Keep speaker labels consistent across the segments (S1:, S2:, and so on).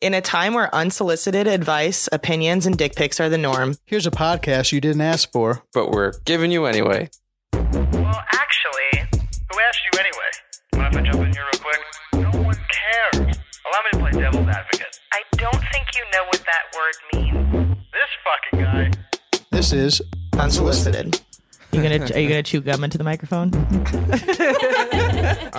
S1: In a time where unsolicited advice, opinions, and dick pics are the norm,
S2: Here's a podcast you didn't ask for.
S3: but we're giving you anyway.
S4: Well, actually, who asked you anyway? Mind if I jump in here real quick? No one cares. Allow me to play devil's advocate.
S5: I don't think you know what that word means.
S4: This fucking guy.
S2: This is
S1: unsolicited. You gonna are you gonna chew gum into the microphone?
S3: All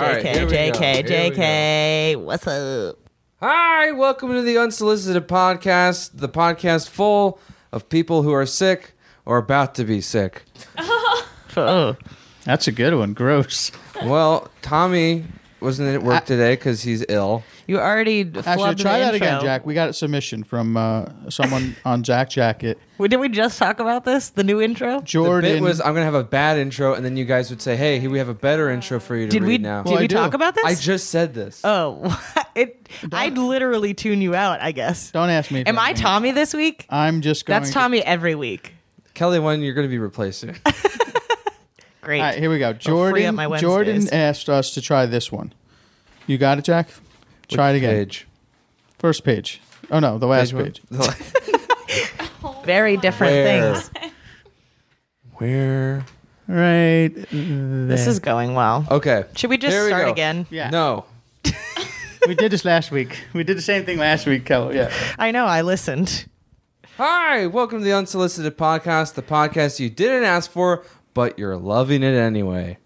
S3: right,
S1: Okay,
S3: here we go.
S1: JK,
S3: Here we go.
S1: JK, what's up?
S3: Hi, welcome to the Unsolicited Podcast, the podcast full of people who are sick or about to be sick.
S1: Oh,
S2: that's a good one. Gross.
S3: Well, Tommy wasn't at work today because he's ill.
S1: you already flubbed
S2: Actually, try
S1: the
S2: that
S1: intro.
S2: again, Jack. We got a submission from uh, someone on Jack Jacket.
S1: Wait, Did we just talk about this? The new intro?
S2: Jordan.
S3: The bit was I'm gonna have a bad intro, and then you guys would say, "Hey, here we have a better intro for you to
S1: Did
S3: read
S1: we
S3: now."
S1: did
S2: Well, I
S1: we
S2: do.
S1: talk about this?
S3: I just said this.
S1: oh, it. I'd literally tune you out. I guess.
S2: don't ask me. if
S1: Am
S2: that
S1: I
S2: means-
S1: Tommy this week?
S2: I'm just going.
S1: That's
S2: to-
S1: Tommy every week.
S3: Kelly, one, you're gonna be replaced soon.
S1: Great.
S2: All right, here we go.
S1: free up
S2: Jordan.
S1: my Wednesdays.
S2: Jordan asked us to try this one. You got it, Jack. Try it again.
S3: Page.
S2: First page. Oh no, the last
S3: Page one?
S2: page.
S1: Very different
S3: Where?
S1: things.
S3: Where?
S2: Right.
S1: This is going well.
S3: Okay.
S1: Should we just
S3: Here we
S1: start
S3: go.
S1: again?
S2: Yeah.
S3: No.
S2: we did this last week. We did the same thing last week, Kelly. Yeah.
S1: I know. I listened.
S3: Hi, welcome to the Unsolicited Podcast, the podcast you didn't ask for, but you're loving it anyway.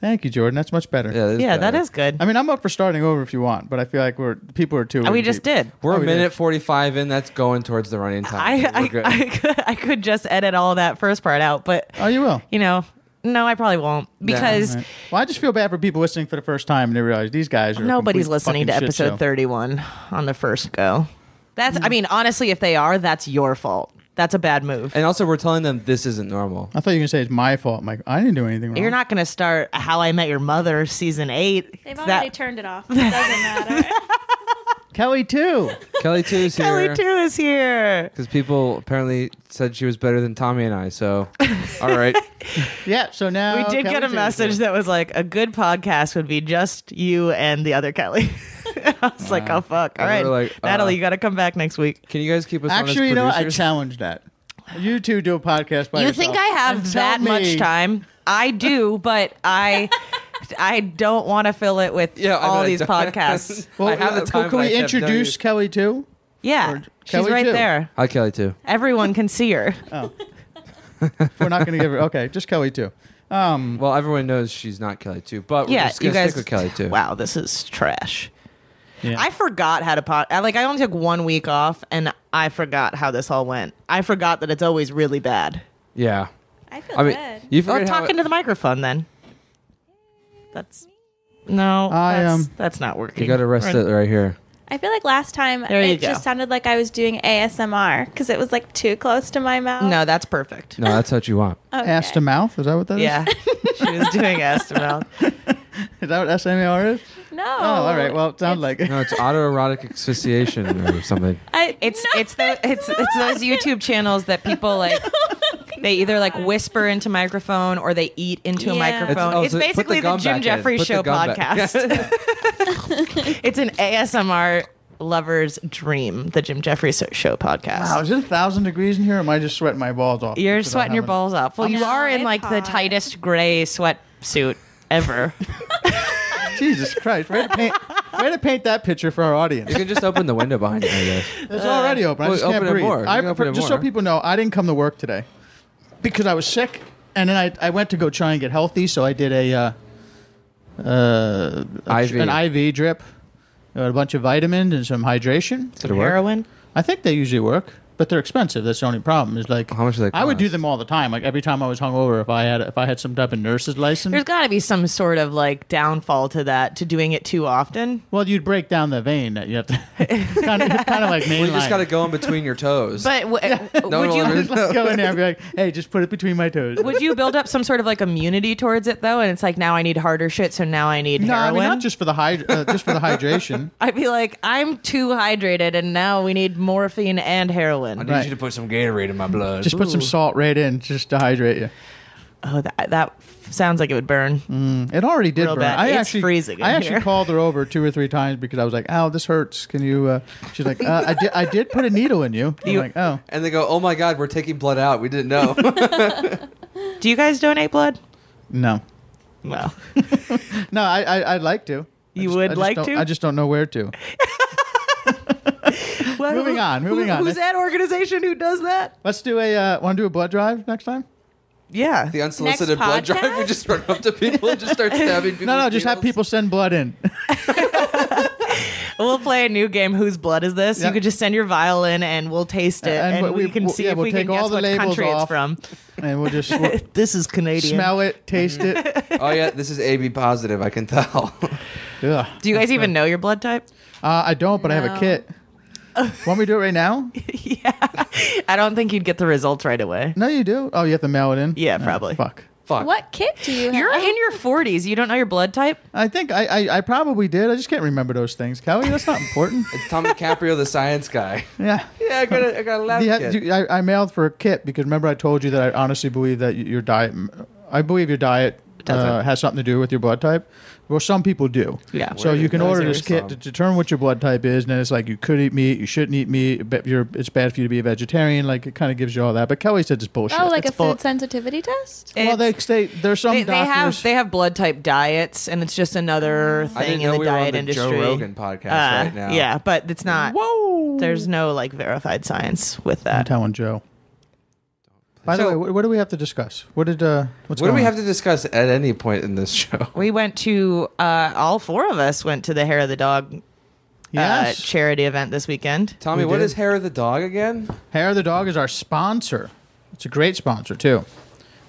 S2: Thank you, Jordan. That's much better.
S3: Yeah, that is,
S1: yeah, that
S3: better.
S1: is good.
S2: I mean, I'm up for starting over if you want, but I feel like we're people are too.
S1: we just did.
S3: We're
S2: Oh,
S3: a
S2: we
S3: minute
S2: did.
S3: 45 in. That's going towards the running time.
S1: I
S3: We're
S1: I,
S3: good.
S1: I, could, I could just edit all that first part out, but
S2: Oh, you will.
S1: you know, no, I probably won't because
S2: Right. Well, I just feel bad for people listening for the first time and they realize these guys are a
S1: nobody's
S2: complete
S1: listening to
S2: fucking shit
S1: episode
S2: show. Mm.
S1: 31 on the first go. That's I mean, honestly, if they are, that's your fault. That's a bad move.
S3: and also, we're telling them this isn't normal.
S2: I thought you were gonna say it's my fault. I'm like, I didn't do anything wrong.
S1: You're not going to start How I Met Your Mother season 8.
S6: They've
S1: That-
S6: already turned it off. It doesn't matter.
S2: Kelly too.
S3: Kelly, too, is
S1: Kelly
S3: here.
S1: too is here.
S3: Because people apparently said she was better than Tommy and I. So, all right.
S2: yeah. So now
S3: Oh,
S1: We
S2: Kelly
S1: did get a
S2: too is
S1: message
S2: here.
S1: that was like a good podcast would be just you and the other Kelly. I was like, oh fuck! All
S3: And
S1: right,
S3: we were like, uh,
S1: Natalie, you got to come back next week.
S3: Can you guys keep us
S2: Actually, you
S3: on
S2: know,
S3: as
S2: what? I
S3: producers?
S2: challenge that. You two do a podcast by
S1: You
S2: yourself
S1: think I
S2: and
S1: have
S2: tell
S1: that
S2: me-
S1: much time? I do, but I I don't want to fill it with
S3: yeah, I
S1: all
S3: mean, I
S1: these
S3: don't-
S1: podcasts. uh,
S2: Well,
S3: I have the
S2: well,
S3: time.
S2: can
S3: but I
S2: we
S3: have no
S2: introduce
S3: use.
S2: Kelly too?
S1: Yeah,
S2: Or
S1: she's
S2: Kelly
S1: right
S2: too.
S1: there.
S3: Hi, Kelly, too.
S1: Everyone can see her.
S2: We're not gonna give her. Okay, just Kelly too. Um,
S3: Well, everyone knows she's not Kelly, too. But we're
S1: yeah,
S3: just
S1: you
S3: going to
S1: guys.
S3: stick with Kelly, too.
S1: Wow, this is trash.
S2: Yeah.
S1: I forgot how to pod. I, like I only took one week off, and I forgot how this all went. I forgot that it's always really bad.
S3: Yeah.
S6: I feel
S3: I mean,
S6: bad.
S3: you
S1: Well,
S3: forget how
S1: talk into the microphone then. That's no.
S2: I,
S1: that's,
S2: um,
S1: that's not working.
S3: You got to rest
S1: Run.
S3: it right here.
S6: I feel like last time
S1: There you
S6: it
S1: go.
S6: just sounded like I was doing ASMR because it was like too close to my mouth.
S1: No, that's perfect.
S3: No, that's what you want.
S6: Okay.
S2: ass to mouth. Is that what that is?
S1: Yeah, she was doing ass to mouth.
S2: Is that what SMR is?
S6: No.
S2: Oh, all right. Well, it sounds like it.
S3: No, it's autoerotic asphyxiation or something.
S6: I,
S5: It's
S6: no,
S5: it's the it's it's
S6: not.
S5: those YouTube channels that people like they either like whisper into microphone or they eat into a
S6: Yeah. It's-
S5: microphone.
S3: oh,
S5: It's,
S1: It's
S3: so put the
S1: basically the,
S3: gum back
S1: Jim
S3: in.
S1: Jeffries
S3: Put the
S1: Show
S3: gum back-
S1: podcast. it's an ASMR lover's dream. The Jim Jeffries Show podcast.
S2: Wow, is it a thousand degrees in here? Or am I just sweating my balls off?
S1: You're
S2: Because I
S1: sweating your
S2: haven't-
S1: balls off. Well, you
S6: No,
S1: are in
S6: it's
S1: like the
S6: hot.
S1: tightest gray sweatsuit ever.
S2: Jesus Christ! Way to paint, way to paint that picture for our audience.
S3: You can just open the window behind you, I guess.
S2: It's already open. I
S3: Well,
S2: just
S3: open
S2: can't
S3: it
S2: breathe.
S3: more. You
S2: I,
S3: can open
S2: for-
S3: it
S2: just so
S3: more.
S2: people know, I didn't come to work today because I was sick, and then I, I went to go try and get healthy, so I did a uh, uh, a-
S3: IV.
S2: an IV drip, uh, a bunch of vitamins and some hydration.
S3: Did it work?
S1: Heroin.
S2: I think they usually work, but they're expensive. That's the only problem. Is like
S3: How much do they
S2: I would do
S3: cost?
S2: them all the time. Like every time I was hungover, if I had if I had some type of nurse's license,
S1: There's got to be some sort of like downfall to that, to doing it too often.
S2: well, you'd break down the vein that you have to kind, of, kind of like mainline.
S3: Well, you just got to go in between your toes.
S5: but w-
S3: no
S5: would
S3: one
S5: you
S3: will
S2: Just like go in there and be like, hey, just put it between my toes.
S5: would you build
S1: Build up some sort of like immunity towards it though, and it's like now I need harder shit, so now I need
S2: No, I
S1: heroin.
S2: mean not just for the hyd- uh, just for the hydration.
S1: I'd be like, I'm too hydrated, and now we need morphine and heroin.
S2: Right.
S3: to put some Gatorade in my blood.
S2: Just put some salt right in just to hydrate you.
S1: Oh, that, that Sounds like it would burn.
S2: It already did
S1: Real
S2: burn.
S1: bad.
S2: I
S1: It's
S2: actually,
S1: freezing in
S2: I actually
S1: here.
S2: called her over two or three times because I was like, "Ow, this hurts. Can you?" Uh, she's like, uh, "I did. I did put a needle in you." I'm
S1: You-
S2: like, "Oh,
S3: And they go, "Oh my God, we're taking blood out. We didn't know."
S1: Do you guys donate blood?
S2: no,
S1: Well,
S2: no. I, I I'd like to. I
S1: You
S2: just-
S1: would
S2: I just
S1: like
S2: don't-
S1: to?
S2: I just don't know where to.
S1: Well,
S2: Moving on, moving on.
S1: Who's that organization who does that?
S2: Let's do a. Uh, Want to do a blood drive next time?
S1: Yeah.
S3: the unsolicited
S6: Next
S3: blood drive. We
S6: podcast?
S3: just run up to people and just start stabbing people.
S2: No, no. Just have people send blood in.
S1: We'll play a new game. Whose blood is this?
S2: Yeah.
S1: You could just send your violin, and we'll taste it,
S2: Uh, and
S1: and,
S2: what
S1: we,
S2: we-
S1: can
S2: we'll-
S1: see
S2: yeah,
S1: if
S2: we'll
S1: we can
S2: take all
S1: guess
S2: the
S1: what
S2: labels
S1: country
S2: off.
S1: it's from.
S2: and we'll just we'll
S1: This is Canadian.
S2: smell it, taste it.
S3: Oh yeah, this is AB positive. I can tell.
S2: Ugh.
S1: Do you guys even know your blood type?
S2: Uh, I don't, but I have a
S6: No.
S2: kit. Want me to do it right now?
S1: yeah. I don't think you'd get the results right away.
S2: No, you do. Oh, you have to mail it in.
S1: Yeah,
S2: Oh,
S1: probably.
S2: fuck.
S3: Fuck.
S6: What kit do you have?
S5: You're in your 40s. You don't know your blood type?
S2: I think I, I, I probably did. I just can't remember those things, Kelly. That's not important.
S3: It's Tom DiCaprio, the science guy.
S2: yeah.
S3: Yeah, I got a, I got a lab
S2: Yeah,
S3: kit.
S2: you- I, I mailed for a kit because remember I told you that I honestly believe that y- your diet, I believe your diet uh,
S1: Doesn't.
S2: has something to do with your blood type. Well, some people do.
S1: Yeah.
S2: So you can
S3: Those
S2: order
S3: are
S2: this kit
S3: some.
S2: to determine what your blood type is, and then it's like you could eat meat, you shouldn't eat meat. But you're, it's bad for you to be a vegetarian. Like it kind of gives you all that. But Kelly said it's bullshit.
S6: oh, like
S1: It's
S6: a
S1: full-
S6: food sensitivity test?
S2: well, they
S5: It's-
S2: say there's some
S5: they, they
S2: doctors.
S5: have they have blood type diets, and it's just another
S3: I didn't
S1: Thing in
S3: know
S1: the
S3: we were on
S1: diet
S3: the
S1: industry.
S3: Joe Rogan podcast
S1: Uh,
S3: right now.
S1: Yeah, but it's not.
S2: Whoa.
S1: There's no like verified science with
S2: I'm
S1: that.
S2: telling Joe. By the
S3: So-
S2: way, what, what do we have to discuss? What did uh, what's
S3: What do
S2: going
S3: we
S2: on?
S3: have to discuss at any point in this show?
S1: We went to uh, all four of us went to the Hair of the Dog
S2: Yes.
S1: uh, charity event this weekend.
S3: Tommy,
S2: We
S3: what
S2: did.
S3: is hair of the dog again?
S2: Hair of the Dog is our sponsor. It's a great sponsor, too.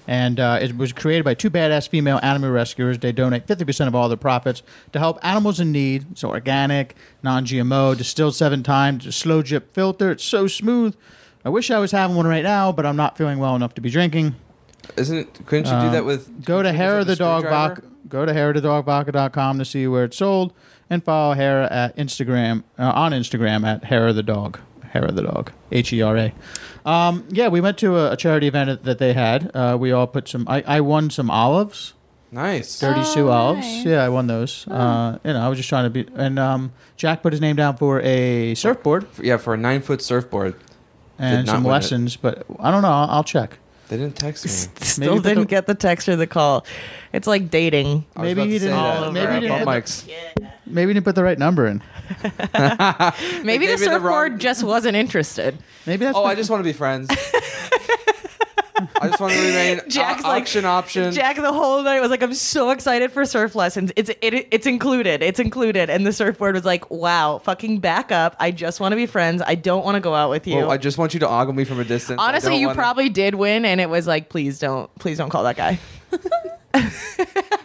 S2: And uh, it was created by two badass female animal rescuers. They donate 50% of all their profits to help animals in need. So organic, non GMO, distilled seven times, a slow drip filter. It's so smooth. I wish I was having one right now, but I'm not feeling well enough to be drinking.
S3: Isn't couldn't you do that with
S2: Uh, Um, Go to hair of the dog
S3: screwdriver?
S2: Vodka- go to hair of the dog vodka.com to see where it's sold and follow hair at instagram uh, on instagram at hair of the dog hair of the dog h-e-r-a um, yeah we went to a, a charity event that they had uh, we all put some i, I won some olives
S3: Nice.
S2: Dirty Sue
S6: Oh,
S2: Olives.
S6: nice. Oh.
S2: Yeah, I won those. Uh, you know, I was just trying to be. And um, Jack put his name down for a surfboard
S3: Yeah, for a nine foot surfboard.
S2: and
S3: not
S2: some
S3: win it.
S2: lessons, but I don't know. I'll, I'll check.
S3: They didn't text me.
S2: Maybe
S1: Still
S2: put the-
S1: didn't get the text or the call. It's like dating.
S3: I was
S2: Maybe
S3: about
S2: he
S3: to say
S2: didn't-
S3: that.
S1: All
S2: maybe he
S3: Uh,
S2: didn't
S3: Bob
S2: hit the-
S3: Mike's.
S2: Maybe he didn't put the right number in.
S1: Maybe the
S3: gave you the
S1: surfboard
S3: wrong-
S1: just wasn't interested.
S2: Maybe that's.
S3: Oh, I just want to be friends. I just want to remain
S1: Jack's
S3: au-
S1: like-
S3: auction option.
S1: Jack the whole night was like, "I'm so excited for surf lessons. It's it, it's included. It's included." And the surfboard was like, "Wow, fucking back up. I just want to be friends. I don't want to go out with you."
S3: Well, Oh, I just want you to ogle me from a distance. I
S1: Honestly,
S3: don't
S1: you
S3: wanna-
S1: probably did win, and it was like, "Please don't, please don't call that guy."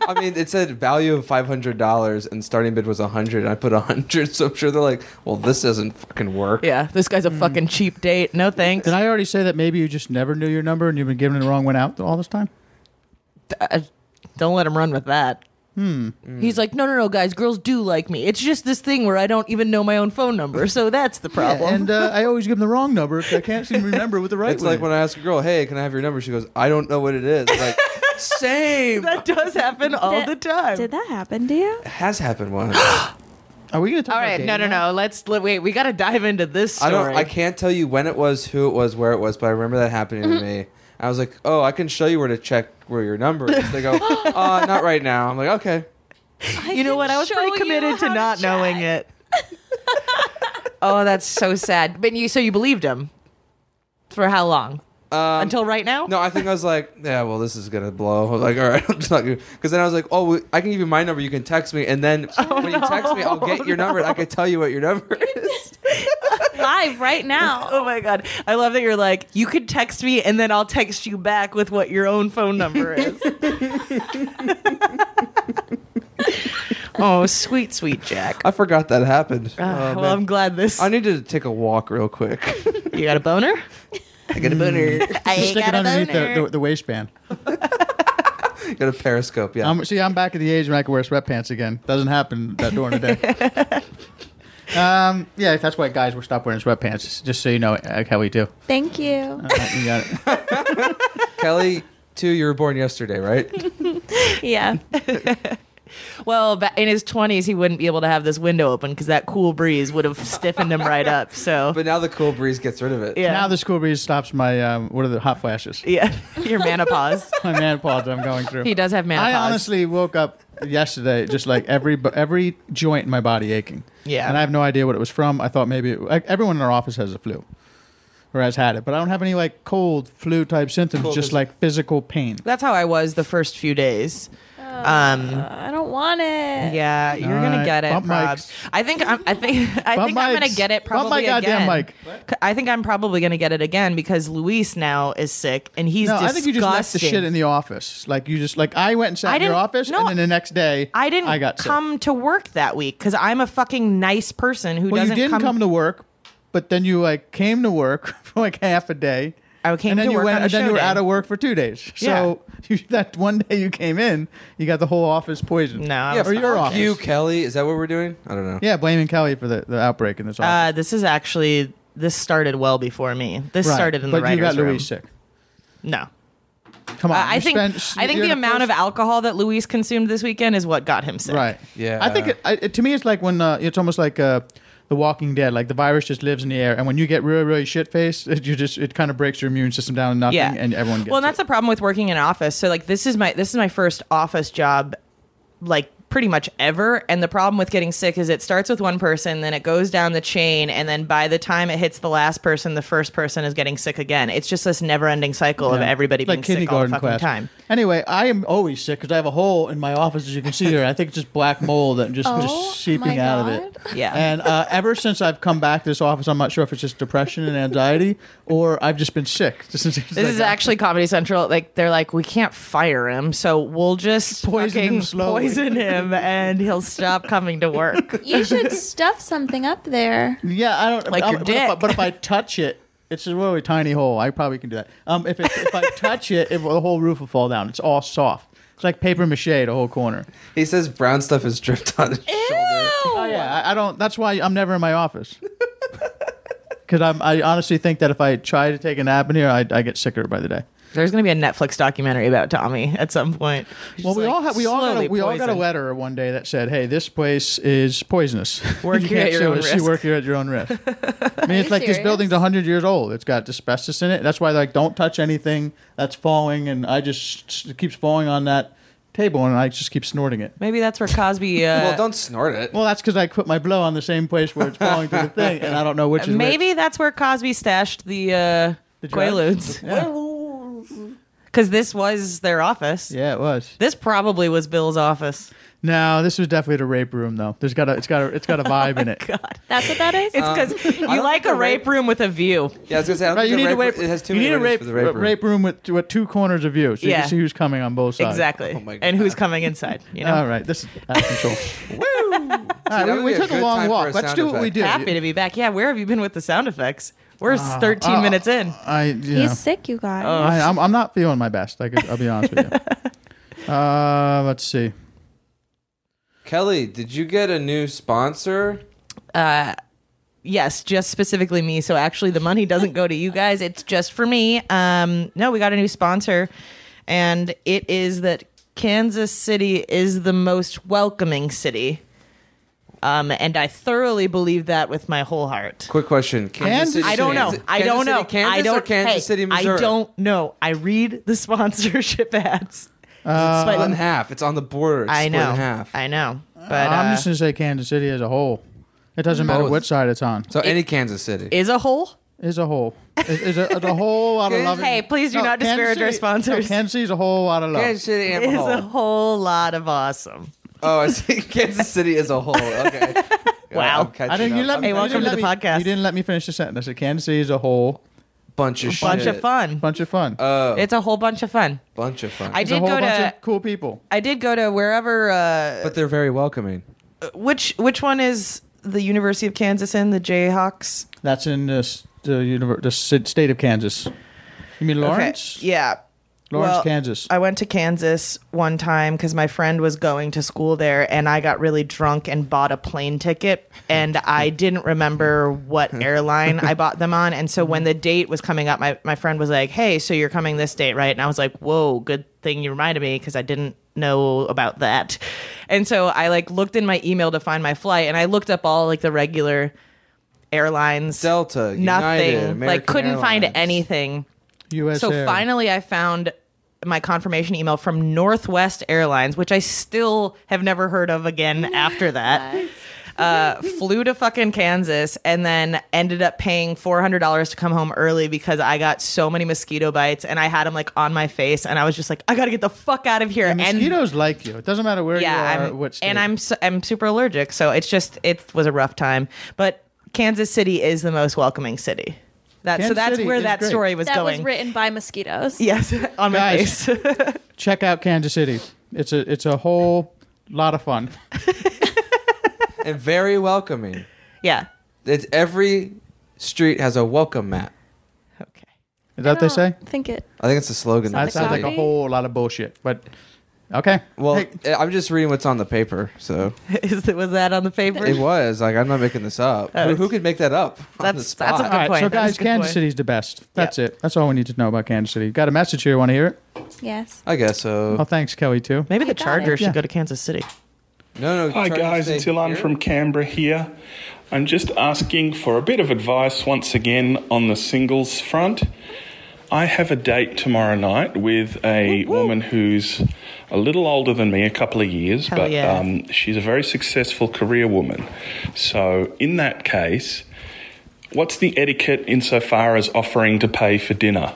S3: I mean, it said value of five hundred dollars, and starting bid was a hundred, and I put a hundred. So I'm sure they're like, "Well, this doesn't fucking work."
S1: Yeah, this guy's
S3: Mm.
S1: a fucking cheap date. No thanks.
S2: Did I already say that maybe you just never knew your number and you've been giving the wrong one out all this time?
S1: Uh, don't let him run with that. Hmm. He's like, no, no, no, guys, girls do like me. It's just this thing where I don't even know my own phone number, so that's the problem.
S2: And uh, I always give them the wrong number 'cause I can't seem to remember what the right
S3: It's
S2: one
S3: like when I ask a girl, "Hey, can I have your number?" She goes, "I don't know what it is." I'm Like, same.
S1: that does happen all
S6: That-
S1: the time.
S6: Did that happen to you?
S3: has happened once.
S2: is. Are we going to talk
S1: all
S2: about
S1: right, no, no,
S2: dating?
S1: no. Let's let, wait. We got to dive into this
S3: I
S1: story.
S3: don't. I can't tell you when it was, who it was, where it was, but I remember that happening to me. I was like, "Oh, I can show you where to check where your number is." They go, "Uh, not right now." I'm like, "Okay."
S1: You know what? I was
S6: Show
S1: pretty
S6: you
S1: committed to
S6: how
S1: not
S6: check.
S1: knowing it. oh, that's so sad. But you, so you believed him for how long?
S3: Um,
S1: Until right now?
S3: No, I think I was like, yeah, well, this is gonna blow. I was like, all right, I'm just not gonna. Because then I was like, oh, well, I can give you my number. You can text me, and then when you text me, I'll get your number, and I can tell you what your number is.
S6: Live right now.
S1: Oh my god. I love that you're like, you could text me and then I'll text you back with what your own phone number is. oh, sweet, sweet Jack.
S3: I forgot that happened. Oh,
S1: Ah, well,
S3: man.
S1: I'm glad this.
S3: I need to take a walk real quick.
S1: you got a boner?
S3: I got a boner.
S2: Just stick it underneath the, the, the waistband.
S3: got a periscope. Yeah.
S2: Um, see, I'm back at the age when I can wear sweatpants again. Doesn't happen that during the day. um, yeah, that's why guys will stop wearing sweatpants. Just so you know uh, how we do.
S6: Thank you.
S1: Uh-huh.
S2: Uh, you got it.
S3: Kelly, too. You were born yesterday, right?
S6: Yeah.
S1: Well, ba- in his 20s, he wouldn't be able to have this window open because that cool breeze would have stiffened him right up. So,
S3: But now the cool breeze gets rid of it.
S1: yeah.
S2: Now the school breeze stops my um, what are the hot flashes?
S1: yeah. Your menopause.
S2: my menopause that I'm going through.
S1: He does have menopause.
S2: I honestly woke up yesterday just like every bo- every joint in my body aching.
S1: Yeah.
S2: and I have no idea what it was from. I thought maybe it, like, everyone in our office has a flu or has had it, but I don't have any like cold flu type symptoms,
S3: Cold
S2: just
S3: is-
S2: like physical pain.
S1: That's how I was the first few days. Um,
S6: Uh, I don't want it.
S1: yeah, you're
S2: All
S1: gonna
S2: right,
S1: get it,
S2: bump
S1: probs. I think I'm, I think I
S2: Bump
S1: think I'm gonna
S2: mics.
S1: get it
S2: Bump
S1: probably
S2: my goddamn
S1: again.
S2: mic.
S1: C- I think I'm probably gonna get it again because Luis now is sick and he's
S2: No,
S1: disgusting.
S2: I think you just left the shit in the office. Like you just like I went and sat
S1: I
S2: in your
S1: didn't-
S2: office,
S1: no,
S2: and then the next day
S1: I didn't
S2: I got sick.
S1: come to work that week because I'm a fucking nice person who
S2: Well, you
S1: doesn't
S2: didn't come, to work, but then you like came to work for like half a day.
S1: I came
S2: and then
S1: to
S2: you
S1: work
S2: went,
S1: on a
S2: and then
S1: show
S2: you were
S1: day.
S2: out of work for two days. So you, that one day you came in, you got the whole office poisoned.
S1: No, I
S3: Yeah,
S1: was
S2: or your
S3: fuck
S2: office.
S3: You, Kelly, is that what we're doing? I don't know.
S2: Yeah, blaming Kelly for the, the outbreak in this office.
S1: Uh, this is actually this started well before me. This
S2: Right.
S1: started in
S2: but
S1: the writers'
S2: you got
S1: room.
S2: Louise sick.
S1: No,
S2: Come on,
S1: I I
S2: you
S1: think
S2: spent-
S1: I think
S2: you're
S1: the amount
S2: first-
S1: of alcohol that Luis consumed this weekend is what got him sick.
S2: right.
S3: Yeah.
S2: I think it, I, it, to me it's like when uh, it's almost like uh, the Walking Dead. Like the virus just lives in the air, and when you get really really shit faced, it, you just it kind of breaks your immune system down to nothing,
S1: Yeah,
S2: and everyone gets
S1: well, and
S2: it.
S1: that's the problem with working in an office. So like this is my this is my first office job, like pretty much ever. And the problem with getting sick is it starts with one person, then it goes down the chain, and then by the time it hits the last person, the first person is getting sick again. It's just this never ending cycle of
S2: Yeah.
S1: everybody
S2: It's like
S1: being sick all the
S2: kindergarten
S1: fucking
S2: class.
S1: time.
S2: Anyway, I am always sick because I have a hole in my office, as you can see here. I think it's just black mold that just
S6: Oh,
S2: just seeping
S6: my
S2: out of
S6: God.
S2: it.
S1: Yeah.
S2: And uh, ever since I've come back to this office, I'm not sure if it's just depression and anxiety or I've just been sick. This is,
S1: This is actually Comedy Central. Like they're like, we can't fire him, so we'll just
S2: Poison him
S1: fucking
S2: slowly.
S1: poison him, and he'll stop coming to work.
S6: You should stuff something up there.
S2: yeah. I don't
S1: Like
S2: I'm-
S1: your
S2: but, If I,
S1: dick.
S2: but if I touch it. It's a really tiny hole. I probably can do that. Um, if, it, if I touch it, it, will- the whole roof will fall down. It's all soft. It's like paper mache, the whole corner.
S3: He says brown stuff is dripped on his shoulder.
S2: Oh yeah, I, I don't. That's why I'm never in my office. Because I'm, I honestly think that if I try to take a nap in here, I, I get sicker by the day.
S1: There's gonna be a Netflix documentary about Tommy at some point.
S2: Well, we
S1: like
S2: all ha- we all got
S1: slowly
S2: a, we all got a
S1: poisoned.
S2: letter one day that said, "Hey, this place is poisonous.
S1: Work
S2: You
S1: here at
S2: can't
S1: your
S2: sue
S1: own
S2: us.
S1: risk."
S2: You work here at your own risk." I mean, it's
S6: you
S2: like this
S6: serious?
S2: building's 100 years old. It's got asbestos in it. That's why like don't touch anything that's falling, and I just it keeps falling on that table, and I just keep snorting it.
S1: Maybe that's where Cosby. Uh,
S3: Well, don't snort it.
S2: Well, that's because I put my blow on the same place where it's falling through the thing, and I don't know which is
S1: maybe
S2: which.
S1: that's where Cosby stashed the, uh,
S2: drugs?
S1: Quaaludes
S2: Yeah.
S1: because this was their office.
S2: yeah, it was.
S1: This probably was Bill's office.
S2: No, this was definitely the rape room though. There's got a it's got a it's got a vibe in it.
S6: That's what that is?
S1: It's because you
S2: Um,
S3: don't
S1: like
S3: think the
S1: a
S3: rape-
S1: rape room with a view.
S3: Yeah, I was gonna say. I don't
S2: Right, you
S3: think
S2: need
S3: the
S2: a
S3: rape,
S2: rape.
S3: It has too
S2: you
S3: many
S2: need a
S3: words
S2: rape
S3: for the rape room.
S2: rape room with, with two corners of view, so you
S1: Yeah.
S2: can see who's coming on both sides.
S1: Exactly.
S3: Oh my
S1: and who's
S3: God.
S1: coming inside? You know.
S2: All right, this is out of control. All
S3: that
S2: right, we,
S3: would
S2: we
S3: be a
S2: took a
S3: good
S2: long
S3: time for
S2: walk.
S3: a
S2: Let's
S3: sound
S2: do what we
S3: effect.
S2: did.
S1: Happy to be back. Yeah. Where have you been with the sound effects? We're 13
S2: uh,
S1: minutes in.
S2: I yeah.
S6: He's sick, you guys.
S3: Oh,
S2: I, I'm I'm not feeling my best. I could, I'll be honest with you. Uh, let's see.
S3: Kelly, did you get a new sponsor?
S1: Yes, just specifically me. So actually, the money doesn't go to you guys. It's just for me. Um, no, we got a new sponsor, and it is that Kansas City is the most welcoming city. Um, and I thoroughly believe that with my whole heart.
S3: Quick question.
S2: Kansas-
S3: Kansas City,
S1: I don't know.
S3: Kansas-
S1: I don't
S3: Kansas
S1: know.
S3: City, Kansas
S1: I don't.
S3: or Kansas
S1: hey,
S3: City, Missouri.
S1: I don't know. I read the sponsorship ads.
S3: It's split in
S1: But-
S3: half. It's on the border. It's
S1: I
S3: split
S1: know.
S3: in half.
S1: I know. But
S2: I'm
S1: uh,
S2: just gonna say Kansas City as a whole. It doesn't matter
S3: Both.
S2: what side it's on.
S3: So any Kansas City.
S1: is a whole.
S2: Is a whole. Is, is a, is a whole lot of love.
S1: Hey, please do not
S2: Kansas
S1: disparage our
S2: City-
S1: sponsors.
S2: No, Kansas City's a whole lot of love.
S3: Kansas City and
S1: Is
S3: a whole.
S1: a whole lot of awesome.
S3: Oh, I see. Kansas City is a whole. Okay.
S1: Wow.
S3: I'm catching
S2: I didn't, you
S3: up.
S2: let
S3: I'm
S2: me, you
S3: catching
S1: Hey, welcome
S2: didn't
S1: to
S2: let
S1: the
S2: me-
S1: podcast.
S2: You didn't let me finish the sentence. I said Kansas City is a whole
S3: up. bunch of
S1: Bunch
S3: shit.
S1: of fun.
S2: bunch of fun.
S3: Oh,
S1: It's a whole bunch of fun.
S3: bunch of fun.
S1: I
S2: There's a
S1: did
S2: whole
S1: go
S2: bunch
S1: to
S2: of cool people.
S1: I did go to wherever uh
S3: but they're very welcoming.
S1: which which one is the University of Kansas in the Jayhawks?
S2: That's in this, the univer- the si- state of Kansas. You mean Lawrence?
S1: Okay. Yeah.
S2: Lawrence,
S1: Well,
S2: Kansas.
S1: I went to Kansas one time because my friend was going to school there, and I got really drunk and bought a plane ticket, and I didn't remember what airline I bought them on. And so when the date was coming up, my, my friend was like, "Hey, so you're coming this date, right?" And I was like, "Whoa, good thing you reminded me because I didn't know about that." And so I like looked in my email to find my flight, and I looked up all like the regular airlines,
S3: Delta,
S1: nothing,
S3: United, American
S1: like couldn't find
S3: Airlines.
S1: anything.
S2: U.S.
S1: So
S2: Air.
S1: finally, I found my confirmation email from Northwest Airlines, which I still have never heard of again after that. Uh, flew to fucking Kansas and then ended up paying four hundred dollars to come home early because I got so many mosquito bites and I had them like on my face and I was just like, I gotta get the fuck out of here.
S2: And mosquitoes like you. It doesn't matter where
S1: yeah,
S2: you are,
S1: I'm,
S2: what state.
S1: and I'm su- I'm super allergic, so it's just it was a rough time. But Kansas City is the most welcoming city. That so
S2: Kansas
S1: that's
S2: City
S1: where
S2: is
S1: that
S2: great.
S1: story was
S6: That
S1: going.
S6: was written by mosquitoes.
S1: yes, on my
S2: Guys.
S1: face.
S2: Check out Kansas City. It's a it's a whole lot of fun.
S3: and very welcoming.
S1: yeah.
S3: It's every street has a welcome mat.
S1: Okay.
S2: Is that what they say?
S6: I Oh, think it.
S3: I think it's the slogan.
S2: That
S6: Like
S2: sounds like a
S6: coffee?
S2: whole lot of bullshit. But okay.
S3: Well, eh,
S2: Hey,
S3: I'm just reading what's on the paper, so
S1: Is that, was that on the paper?
S3: it was like I'm not making this up. Who, who could make that up? on the
S1: That's- that's
S3: spot?
S1: a good
S2: all right.
S1: point.
S2: So
S1: That was a
S2: guys,
S1: good
S2: Kansas
S1: point.
S2: City's the best. That's it. That's all we need to know about Kansas City. Got a message here. Want to hear it?
S6: Yes.
S3: I guess
S2: Oh,
S3: so.
S2: thanks, Kelly too.
S1: Maybe the
S6: got
S1: Chargers
S6: it.
S1: should
S2: Yeah.
S1: go to Kansas City.
S3: No, no.
S7: Hi
S3: try to
S7: guys,
S3: stay
S7: until I'm
S3: here.
S7: from Canberra here. I'm just asking for a bit of advice once again on the singles front. I have a date tomorrow night with a woman who's a little older than me, a couple of years,
S1: Hell
S7: but
S1: yeah.
S7: um, she's a very successful career woman. So, in that case, what's the etiquette insofar as offering to pay for dinner?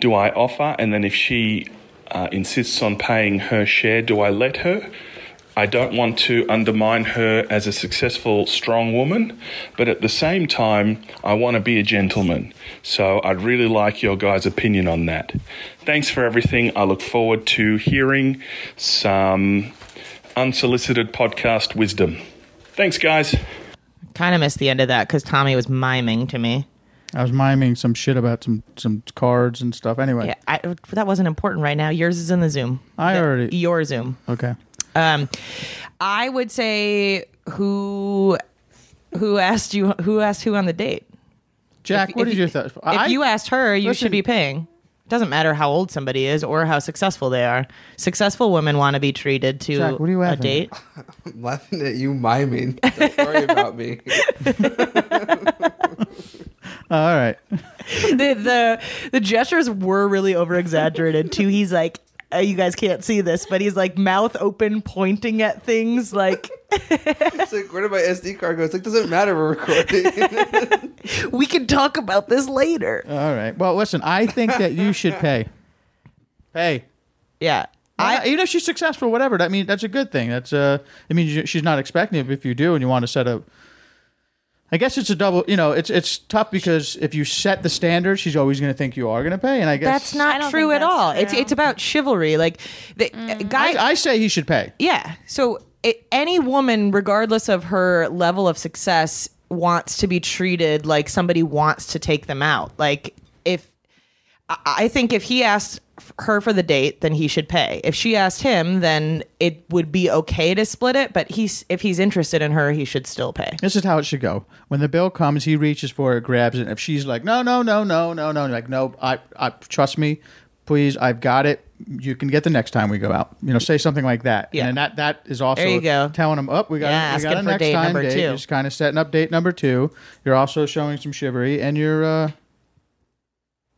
S7: Do I offer, and then if she uh, insists on paying her share, do I let her? I don't want to undermine her as a successful, strong woman, but at the same time, I want to be a gentleman. So I'd really like your guys' opinion on that. Thanks for everything. I look forward to hearing some unsolicited podcast wisdom. Thanks, guys.
S1: Kind of missed the end of that because Tommy was miming to me.
S2: I was miming some shit about some some cards and stuff. Anyway,
S1: Yeah, I, that wasn't important right now. Yours is in the Zoom.
S2: I
S1: The-
S2: already-
S1: your Zoom.
S2: okay.
S1: Um, I would say who who asked you who asked who on the date.
S2: Jack,
S1: If-
S2: what
S1: if
S2: is
S1: you-
S2: your thoughts?
S1: If you asked her, you
S2: listen-
S1: should be paying. Doesn't matter how old somebody is or how successful they are. Successful women want to be treated to
S2: Jack, what are you
S1: a
S2: laughing at?
S1: date.
S3: I'm laughing at you miming. Don't worry about me.
S2: all right.
S1: the, the the gestures were really over exaggerated too. He's like, uh, you guys can't see this, but he's like mouth open, pointing at things. Like
S3: It's like where did my SD card go? It's like doesn't matter. We're recording.
S1: we can talk about this later.
S6: Uh.
S2: All right. Well, listen, I think that you should pay. Pay.
S1: Yeah,
S2: I,
S1: I
S2: you know, she's successful, whatever. I mean, that's a good thing. That's uh, I mean, you- she's not expecting it. but If you do, and you want to set up, I guess it's a double. You know, it's it's tough because if you set the standard, she's always going to think you are going to pay. And I guess
S1: that's not
S6: don't
S1: true at
S6: think that's
S1: all. It's
S6: true. Mm.
S1: it's about chivalry. Like the guy,
S2: I, I say he should pay.
S1: yeah. So it, any woman, regardless of her level of success, wants to be treated like somebody wants to take them out. Like if I think if he asked f- her for the date, then he should pay. If she asked him, then it would be okay to split it. But he's if he's interested in her, he should still pay.
S2: This is how it should go. When the bill comes, he reaches for it, grabs it. And if she's like, no, no, no, no, no, no, like, no, I, I trust me, please, I've got it. You can get the next time we go out. You know, say something like that.
S1: Yeah.
S2: And that that is also
S1: There you go.
S2: telling him, up, we got,
S1: Yeah,
S2: we got
S1: asking
S2: a
S1: for
S2: next
S1: date
S2: time
S1: number
S2: date.
S1: two.
S2: You're just kind of setting up date number two. You're also showing some chivalry, and you're, uh,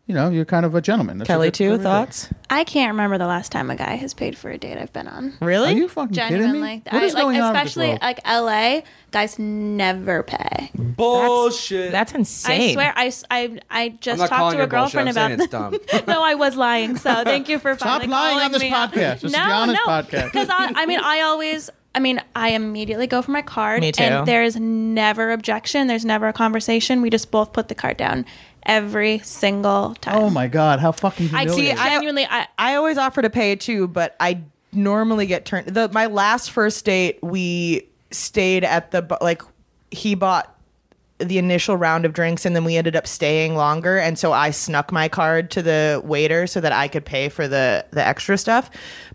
S2: you know, you're kind of a gentleman. That's a
S1: Kelly,
S2: good-
S1: too.
S2: very good.
S1: Thoughts?
S6: I can't remember the last time a guy has paid for a date I've been on.
S1: Really?
S2: Are you fucking
S6: Genuinely,
S2: kidding me? What is
S6: I, like,
S2: going on with this
S6: especially
S2: world?
S6: like LA guys never pay.
S3: Bullshit.
S1: That's
S6: I
S1: insane.
S6: swear, I, s- I- I
S3: I'm
S6: just
S3: not
S6: talked
S3: calling
S6: to
S3: your
S6: a girlfriend
S3: bullshit. I'm
S6: about.
S3: saying it's dumb.
S6: no, I was lying. So thank you for
S2: Stop
S6: finally
S2: lying
S6: calling
S2: on this
S6: me
S2: podcast. This is
S6: no,
S2: the honest
S6: no,
S2: podcast.
S6: Because I, I mean, I always. I mean, I immediately go for my card.
S1: Me too.
S6: And there is never objection. There's never a conversation. We just both put the card down every single time.
S2: Oh my god, how fucking
S6: I
S2: humiliating.
S6: see.
S1: I-
S6: Genuinely, I,
S1: I always offer to pay too, but I normally get turned. The my last first date, we stayed at the bu- like he bought
S8: the initial round of drinks and then we ended up staying longer and so I snuck my card to the waiter so that I could pay for the the extra stuff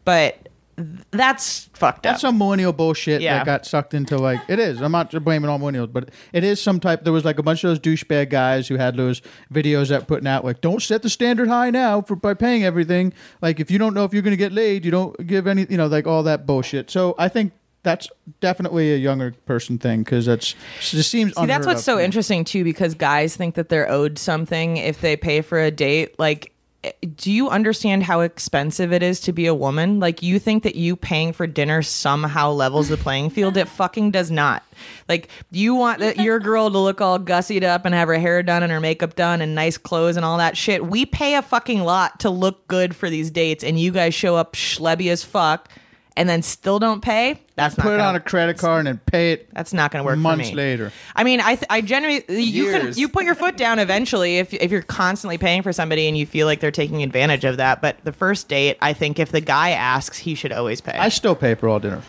S8: but th- that's fucked
S2: That's
S8: up.
S2: some millennial bullshit
S8: Yeah.
S2: that got sucked into like it is. I'm not blaming all millennials, but it is some type. There was like a bunch of those douchebag guys who had those videos that putting out like, "Don't set the standard high now for by paying everything." Like if you don't know if you're going to get laid, you don't give any, you know, like all that bullshit. So I think that's definitely a younger person thing because that's it just seems.
S1: See, that's
S2: unheard
S1: what's
S2: of.
S1: so interesting too, because guys think that they're owed something if they pay for a date. Like, eh, do you understand how expensive it is to be a woman? Like, you think that you paying for dinner somehow levels the playing field? It fucking does not. Like, you want that your girl to look all gussied up and have her hair done and her makeup done and nice clothes and all that shit. We pay a fucking lot to look good for these dates, and you guys show up schlebby as fuck. And then still don't pay. That's not
S2: Put it
S1: gonna-
S2: on a credit card and then pay it.
S1: that's not going to work for
S2: Months
S1: me.
S2: later.
S1: I mean, I th- I generally you can,
S3: Years.
S1: you put your foot down eventually if if you're constantly paying for somebody and you feel like they're taking advantage of that. But the first date, I think if the guy asks, he should always pay.
S2: I still pay for all dinner.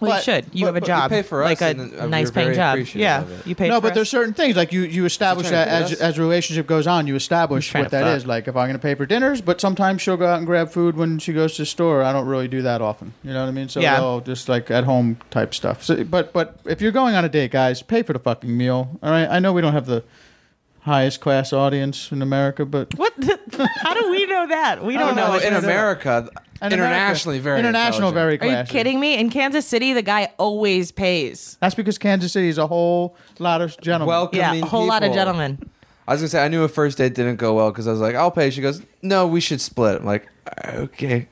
S1: well, you
S2: but-
S1: should. You
S3: but-
S1: have a
S3: but you
S1: job,
S3: pay for
S1: like
S3: us
S1: a
S3: and, uh,
S1: nice
S3: we're very
S1: paying job.
S3: appreciative
S1: Yeah,
S3: of it.
S1: you pay.
S2: no,
S1: for
S2: but
S1: us.
S2: there's certain things like you you establish that
S3: trying to
S2: as
S3: do this?
S2: as a relationship goes on, you establish
S1: trying
S2: what
S1: to
S2: that
S1: fuck.
S2: is. Like if I'm going to pay for dinners, but sometimes she'll go out and grab food when she goes to the store. I don't really do that often. You know what I mean? So
S1: Yeah.
S2: they'll just like at home type stuff. So, but but if you're going on a date, guys, pay for the fucking meal. All right. I know we don't have the highest class audience in America, but
S1: what? The, how do we know that? We
S2: know
S1: don't know.
S3: No,
S2: what
S1: what
S3: in
S2: you're
S1: you're
S2: doing.
S3: America,
S2: in America-
S3: internationally, very
S2: international,
S3: intelligent.
S2: very
S1: doing. Are you
S2: classy.
S1: kidding me? In Kansas City, the guy always pays.
S2: That's because Kansas City is a whole lot of gentlemen.
S3: welcoming.
S1: Yeah, a whole lot of
S3: people.
S1: gentlemen.
S3: I was gonna say I knew a first date didn't go well because I was like, "I'll pay." She goes, "No, we should split." I'm like, "Okay."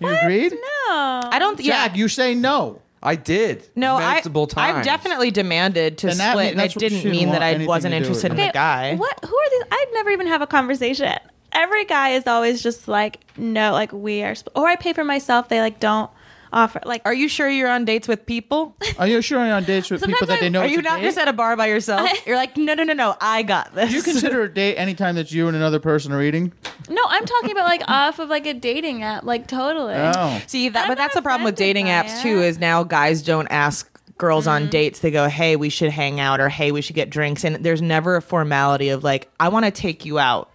S2: you agreed?
S6: No.
S1: I don't. Yeah,
S2: Jack, you say no.
S3: I did.
S1: No,
S3: multiple
S1: I,
S3: times.
S1: I've definitely demanded to
S2: And that mean-
S1: split, and
S2: that's
S1: it
S2: what
S1: didn't
S2: she didn't
S1: mean
S2: want
S1: that I
S2: anything
S1: wasn't
S2: to do with
S1: interested in
S2: it.
S1: the guy.
S6: What? Who are these? I'd never even have a conversation. Every guy is always just like, no, like we are. Sp- or I pay for myself. They like don't offer. Like,
S1: Are you sure you're on dates with people?
S2: Are you sure you're on dates with people
S6: Sometimes
S2: that they
S6: I'm-
S2: know?
S1: Are
S2: it's
S1: you
S2: a
S1: not
S2: date?
S1: just at a bar by yourself? You're like, no, no, no, no. I got this.
S2: Do you consider a date anytime that you and another person are eating?
S6: no, I'm talking about like off of like a dating app. Like totally.
S2: Oh.
S1: See that,
S6: I'm
S1: but that's
S6: not
S1: the problem with
S6: offended
S1: dating
S6: by
S1: apps too.
S6: it. Mm-hmm.
S1: Is now guys don't ask girls on dates. They go, hey, we should hang out, or hey, we should get drinks, and there's never a formality of like, I want to take you out.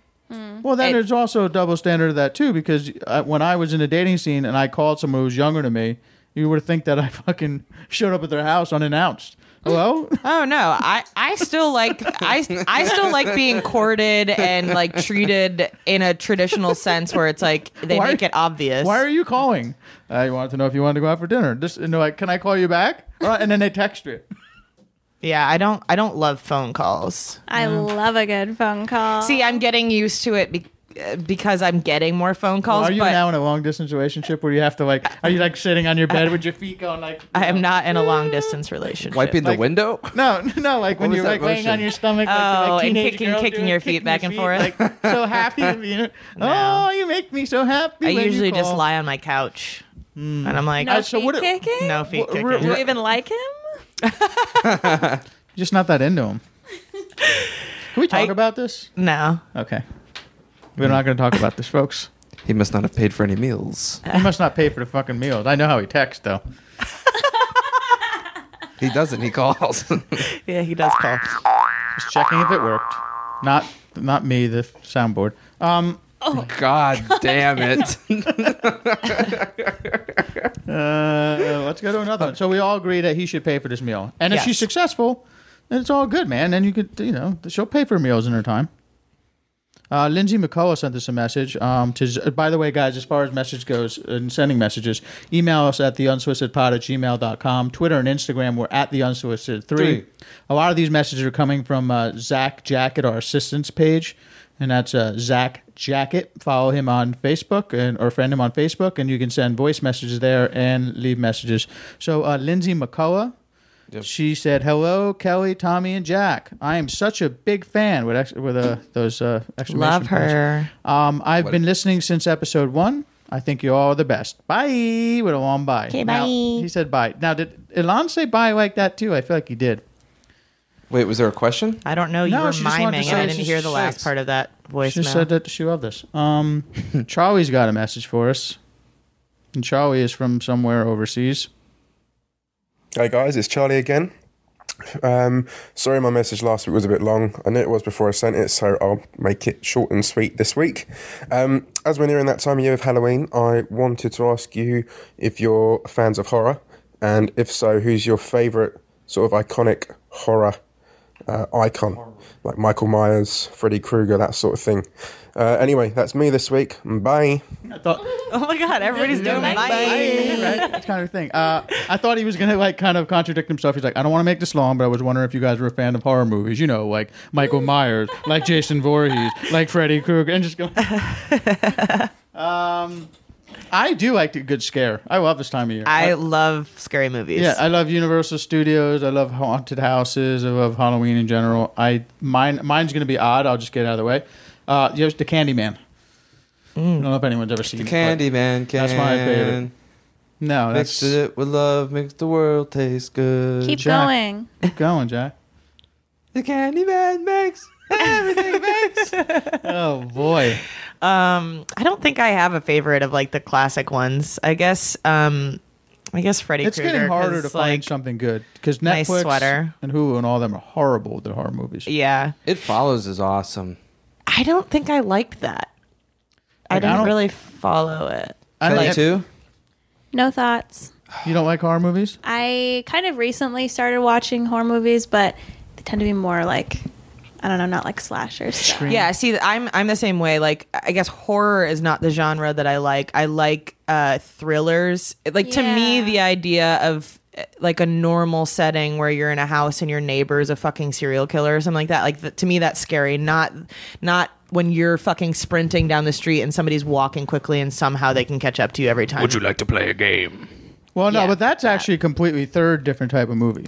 S2: Well, then
S1: It-
S2: there's also a double standard of that too, because uh when I was in the dating scene and I called someone who was younger than me, you would think that I fucking showed up at their house unannounced. Hello?
S1: Oh no, I I still like I I still like being courted and like treated in a traditional sense where it's like they
S2: Why-
S1: make it obvious.
S2: Why are you calling? I wanted to know if you wanted to go out for dinner. Just you know, like, can I call you back? All right, and then they text you.
S1: yeah, I don't I don't love phone calls.
S6: I love a good phone call.
S1: Um, See, I'm getting used to it be- uh, because I'm getting more phone calls.
S2: Are you
S1: but
S2: now in a long distance relationship where you have to like? Are you like sitting on your bed with your feet going like?
S1: I am not in a long distance relationship.
S3: wiping
S2: Like-
S3: the window.
S2: No, no, like when
S3: was
S2: you're
S3: that
S2: like laying
S3: motion?
S2: on your stomach, like,
S1: Oh,
S2: like
S1: and
S2: teenage
S1: kicking-
S2: girl
S1: kicking
S2: doing,
S1: your feet back and forth.
S2: like, so happy. to be- Oh, you make me so happy.
S1: I
S2: when you
S1: usually just
S2: call.
S1: lie on my couch, and I'm like,
S6: no
S2: I- so
S6: feet
S2: what it-
S6: kicking.
S1: no feet
S2: Wh-
S1: kicking.
S2: wh-
S6: Do you even like him?
S2: Just not that into him. Can we talk
S1: I-
S2: about this?
S1: no,
S2: Okay, we're not going to talk about this, folks.
S3: He must not have paid for any meals.
S2: He must not pay for the fucking meals. I know how he texts though.
S3: He doesn't. He calls.
S1: yeah, he does call.
S2: Just checking if it worked. Not, not me. The soundboard. Um,
S3: God damn it!
S2: uh, let's go to another one. So we all agree that he should pay for this meal, and if
S1: Yes.
S2: she's successful, then it's all good, man. Then you could, you know, she'll pay for meals in her time. Uh, Lindsay McCullough sent us a message. Um, to, by the way, guys, as far as message goes uh, and sending messages, email us at theunsolicitedpod at gmail.com. Twitter and Instagram, we're at theunsolicited3.
S3: Three.
S2: A lot of these messages are coming from uh, Zach Jacket, our assistance page, and that's uh, Zach Jacket. Follow him on Facebook and or friend him on Facebook, and you can send voice messages there and leave messages. So uh, Lindsay McCullough. She said, "Hello, Kelly, Tommy, and Jack. I am such a big fan with ex- with uh, those uh, exclamation
S1: Love
S2: points.
S1: her.
S2: Um, I've been listening since episode one. I think you all are the best. Bye with a long bye. Okay,
S1: bye.
S2: he said bye. Now, did Elon say bye like that too? I feel like he did.
S3: Wait, was there a question?
S1: I don't know. You
S2: No,
S1: were
S2: she just wanted to
S1: miming,
S2: say
S1: and I didn't
S2: she's
S1: hear the last
S2: six.
S1: part of that voicemail.
S2: She said that she loved us. Um, Charlie's got a message for us, and Charlie is from somewhere overseas.
S9: Hey guys, it's Charlie again. Um, sorry, my message last week was a bit long. I knew it was before I sent it, so I'll make it short and sweet this week. Um, as we're nearing that time of year of Halloween, I wanted to ask you if you're fans of horror, and if so, who's your favourite sort of iconic horror uh, icon, like Michael Myers, Freddy Krueger, that sort of thing. Uh, anyway, that's me this week. Bye.
S2: I thought
S1: Oh my god, everybody's doing
S2: Bye. right? That kind of thing. Uh, I thought he was gonna like kind of contradict himself. He's like, I don't want to make this long, but I was wondering if you guys were a fan of horror movies. You know, like Michael Myers, like Jason Voorhees, like Freddy Krueger, and just go. um, I do like the good scare. I love this time of year.
S1: I love scary movies.
S2: Yeah, I love Universal Studios. I love haunted houses. I love Halloween in general. I mine mine's gonna be odd. I'll just get it out of the way. Uh, yes, the Candyman. I don't know if anyone's ever seen it, but-
S3: Candyman can.
S2: That's my favorite. No,
S3: Mixed
S2: that's
S3: it with love, makes the world taste good.
S6: Keep
S2: Jack.
S6: going.
S2: keep going, Jack.
S3: the Candyman makes everything makes.
S2: Oh boy,
S1: I don't think I have a favorite of like the classic ones. I guess um I guess Freddy
S2: it's
S1: Krueger,
S2: getting harder
S1: 'cause,
S2: to
S1: like,
S2: find something good because
S1: nice
S2: Netflix
S1: sweater.
S2: and Hulu and all them are horrible with their horror movies.
S1: Yeah.
S3: It follows is awesome.
S1: I don't think I liked that. I
S2: Like, I
S1: didn't
S2: don't-
S1: really follow it.
S2: I
S3: Kelly
S2: like-
S3: too.
S6: No thoughts.
S2: You don't like horror movies?
S6: I kind of recently started watching horror movies, but they tend to be more like I don't know, not like slashers. So.
S1: Yeah, see, I'm I'm the same way. Like, I guess horror is not the genre that I like. I like uh, thrillers. Like to me,
S6: Yeah.
S1: the idea of eh, like a normal setting where you're in a house and your neighbor's a fucking serial killer or something like that. Like th- to me, that's scary. Not not when you're fucking sprinting down the street and somebody's walking quickly and somehow they can catch up to you every time.
S4: like to play a game?
S2: Well, no,
S1: Yeah,
S2: but that's actually a completely third different type of movie.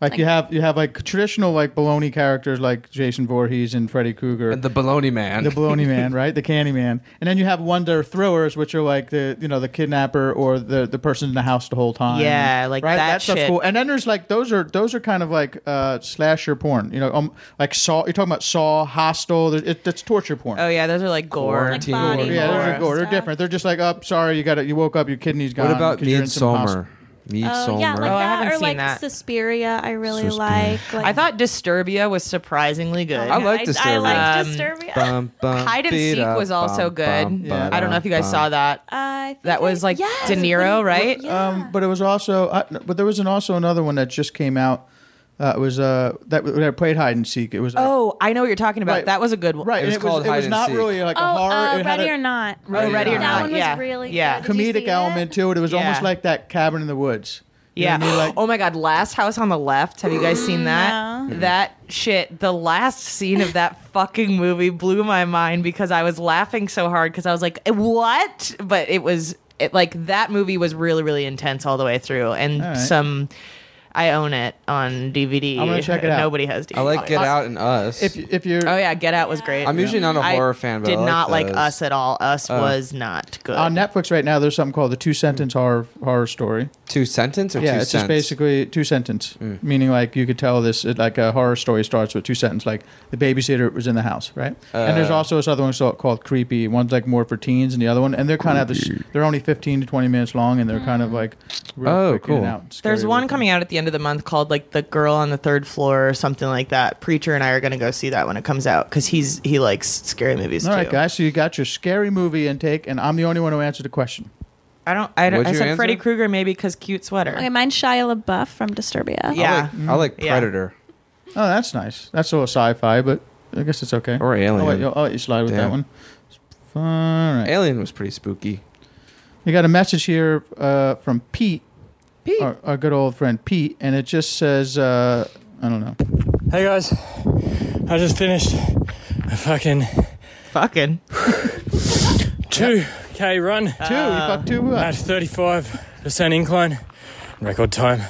S2: Like, you have you have like traditional like baloney characters like Jason Voorhees and Freddy Krueger.
S3: The Baloney Man.
S2: the baloney man, right? The candy man. And then you have one that are thrillers, which are like the you know the kidnapper or the the person in the house the whole time.
S1: Yeah, like
S2: right?
S1: that
S2: stuff's
S1: shit.
S2: cool. And then there's like those are those are kind of like uh, slasher porn. You know, um, like Saw. You're talking about Saw, Hostile. there- It, that's torture porn.
S1: oh yeah, those are like gore.
S3: Quarantine.
S6: body
S3: Gore.
S2: yeah,
S6: horror
S2: they're, gore. they're
S6: stuff.
S2: different. They're just like, oh, sorry, you got it. You woke up, your kidney's gone.
S3: what about
S2: Um, 'cause you're in some
S3: Midsommar?
S2: hospital."
S6: Oh,
S3: Midsommar.
S6: yeah, like
S1: Oh, I
S6: that,
S1: haven't
S6: or
S1: seen
S6: like
S1: that.
S6: Suspiria. I really
S3: Suspiria.
S6: like, like.
S1: I thought Disturbia was surprisingly good.
S3: I like
S6: I,
S3: Disturbia.
S6: like
S1: Um,
S6: Disturbia.
S3: Bum, bum,
S1: Hide and seek
S3: beat-up,
S1: was also
S3: bum,
S1: good.
S3: bum,
S2: Yeah.
S1: I don't know if you guys
S3: bum.
S1: saw that.
S6: I think
S1: That was
S6: I-
S1: like
S6: yes,
S1: De
S6: it was
S1: Niro,
S6: really-
S1: right?
S6: Yeah.
S2: Um, but it was also, I, but there was an, also another one that just came out. Uh, it was uh, that, that played hide and seek. It was uh,
S1: Oh, I know what you're talking about.
S2: Right.
S1: That was a good one.
S2: Right,
S3: It was
S2: and it was,
S3: called
S2: it
S3: Hide
S2: was
S3: and
S2: not
S3: Seek.
S2: really like a
S6: oh,
S2: horror.
S6: uh,
S2: it had
S6: Ready
S2: a
S6: or Not.
S1: Oh, Ready or
S6: that
S1: Not.
S6: one was
S1: yeah.
S6: really
S1: yeah.
S6: good. Did you
S2: comedic
S6: see
S2: element
S6: it?
S2: to it. It was almost
S1: Yeah.
S2: like that cabin in the woods. You know
S1: Yeah.
S2: what I mean? Like-
S1: oh my God. Last House on the Left. Have you guys seen that? That shit. The last scene of that fucking movie blew my mind because I was laughing so hard because I was like, what? But it was it, like that movie was really, really intense all the way through. And
S2: All right.
S1: some, I own it on DVD.
S2: I'm gonna check it out.
S1: Nobody has DVD.
S3: I like Get Out and Us.
S2: if if you're
S1: Oh, yeah. Get Out was great.
S3: I'm usually not a
S1: I
S3: horror fan, but
S1: did
S3: I like
S1: not like
S3: those. Uh,
S1: Us at all. Us was not good.
S2: on Netflix right now, there's something called the two sentence horror horror story.
S3: Two sentence or
S2: yeah,
S3: two
S2: it's
S3: cents? Mm.
S2: just basically two sentence, meaning like you could tell this it- like a horror story starts with two sentence, like the babysitter was in the house, right? and
S3: Uh.
S2: there's also this other one so- called creepy. One's like more for teens, and the other one, and they're kind of this, they're only 15 to 20 minutes long, and they're kind of like real
S3: Oh,
S2: quick in and
S3: cool.
S2: out, scary
S1: There's one
S2: looking.
S1: coming out at the end of the month called like the girl on the third floor or something like that. Preacher and I are gonna go see that when it comes out because he's he likes scary movies
S2: All
S1: too.
S2: right, guys. So you got your scary movie intake, and I'm the only one who answered the question.
S1: I don't. I, don't,
S3: What'd
S1: I
S3: you
S1: said
S3: answer?
S1: Freddy Krueger maybe because cute sweater.
S6: Okay, mine's Shia LaBeouf from Disturbia.
S1: Yeah.
S3: I like
S1: Mm-hmm. Yeah.
S3: Predator.
S2: Oh, that's nice. That's a little sci-fi, but I guess it's okay. Oh,
S3: Or Alien.
S2: I'll let you, I'll let you slide with that
S3: Damn.
S2: one. All right.
S3: Alien was pretty spooky.
S2: We got a message here uh, from Pete, Pete, our, our good old friend Pete, and it just says, uh, I don't know.
S10: Hey guys, I just finished a fucking
S1: Fucking. Oh,
S10: 2k run
S2: Two, you
S1: Ah.
S2: fucked two up.
S10: at 35% incline, record time,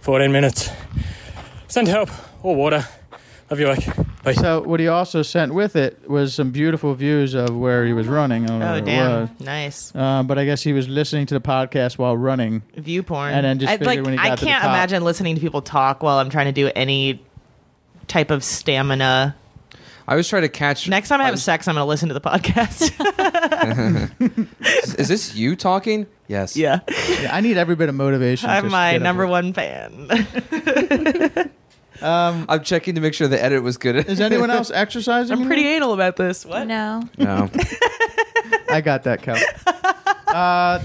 S10: 14 minutes. Send help or water. Love you, like. Bye.
S2: So what he also sent with it was some beautiful views of where he was running. I don't know
S1: Oh
S2: where it
S1: damn.
S2: was.
S1: Nice
S2: Uh, but I guess he was listening to the podcast while running.
S1: view porn.
S2: And then just
S1: I,
S2: figured
S1: like
S2: when he
S1: I
S2: got to the
S1: can't
S2: top-
S1: imagine listening to people talk while I'm trying to do any type of stamina.
S3: I was trying to catch.
S1: Next time I have sex, I'm going to listen to the podcast.
S3: is this you talking? Yes.
S1: yeah.
S2: Yeah, I need every bit of motivation.
S1: I'm
S2: to
S1: my
S2: get up
S1: number
S2: with.
S1: one fan.
S3: I'm checking to make sure the edit was good.
S2: Is anyone else exercising?
S1: I'm pretty anal about this. What?
S6: No.
S3: no.
S2: I got that covered. Uh,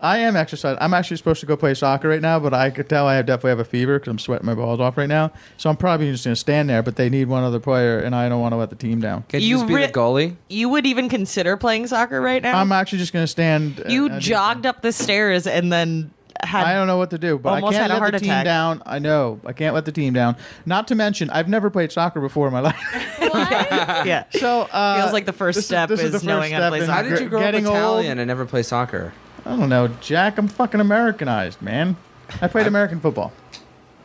S2: I am exercising. I'm actually supposed to go play soccer right now, but I could tell I definitely have a fever because I'm sweating my balls off right now. So I'm probably just going to stand there. But they need one other player, and I don't want to let the team down.
S3: Can't you,
S1: You
S3: just be
S1: re-
S3: the goalie?
S1: You would even consider playing soccer right now?
S2: I'm actually just going to stand. and-
S1: you
S2: and-
S1: jogged up the stairs and then had.
S2: I don't know what to do, but I
S1: Almost
S2: can't
S1: had a
S2: let
S1: heart
S2: the team
S1: attack.
S2: down. I know I can't let the team down. Not to mention, I've never played soccer before in my life.
S1: Yeah.
S2: So uh,
S1: Feels like the first
S2: this
S1: step
S2: this
S1: is
S2: the first
S1: knowing how to
S2: step
S1: play
S2: in
S1: soccer.
S3: How did you grow up
S2: getting old.
S3: Italian and never play soccer?
S2: I don't know, Jack. I'm fucking Americanized, man. I played American football.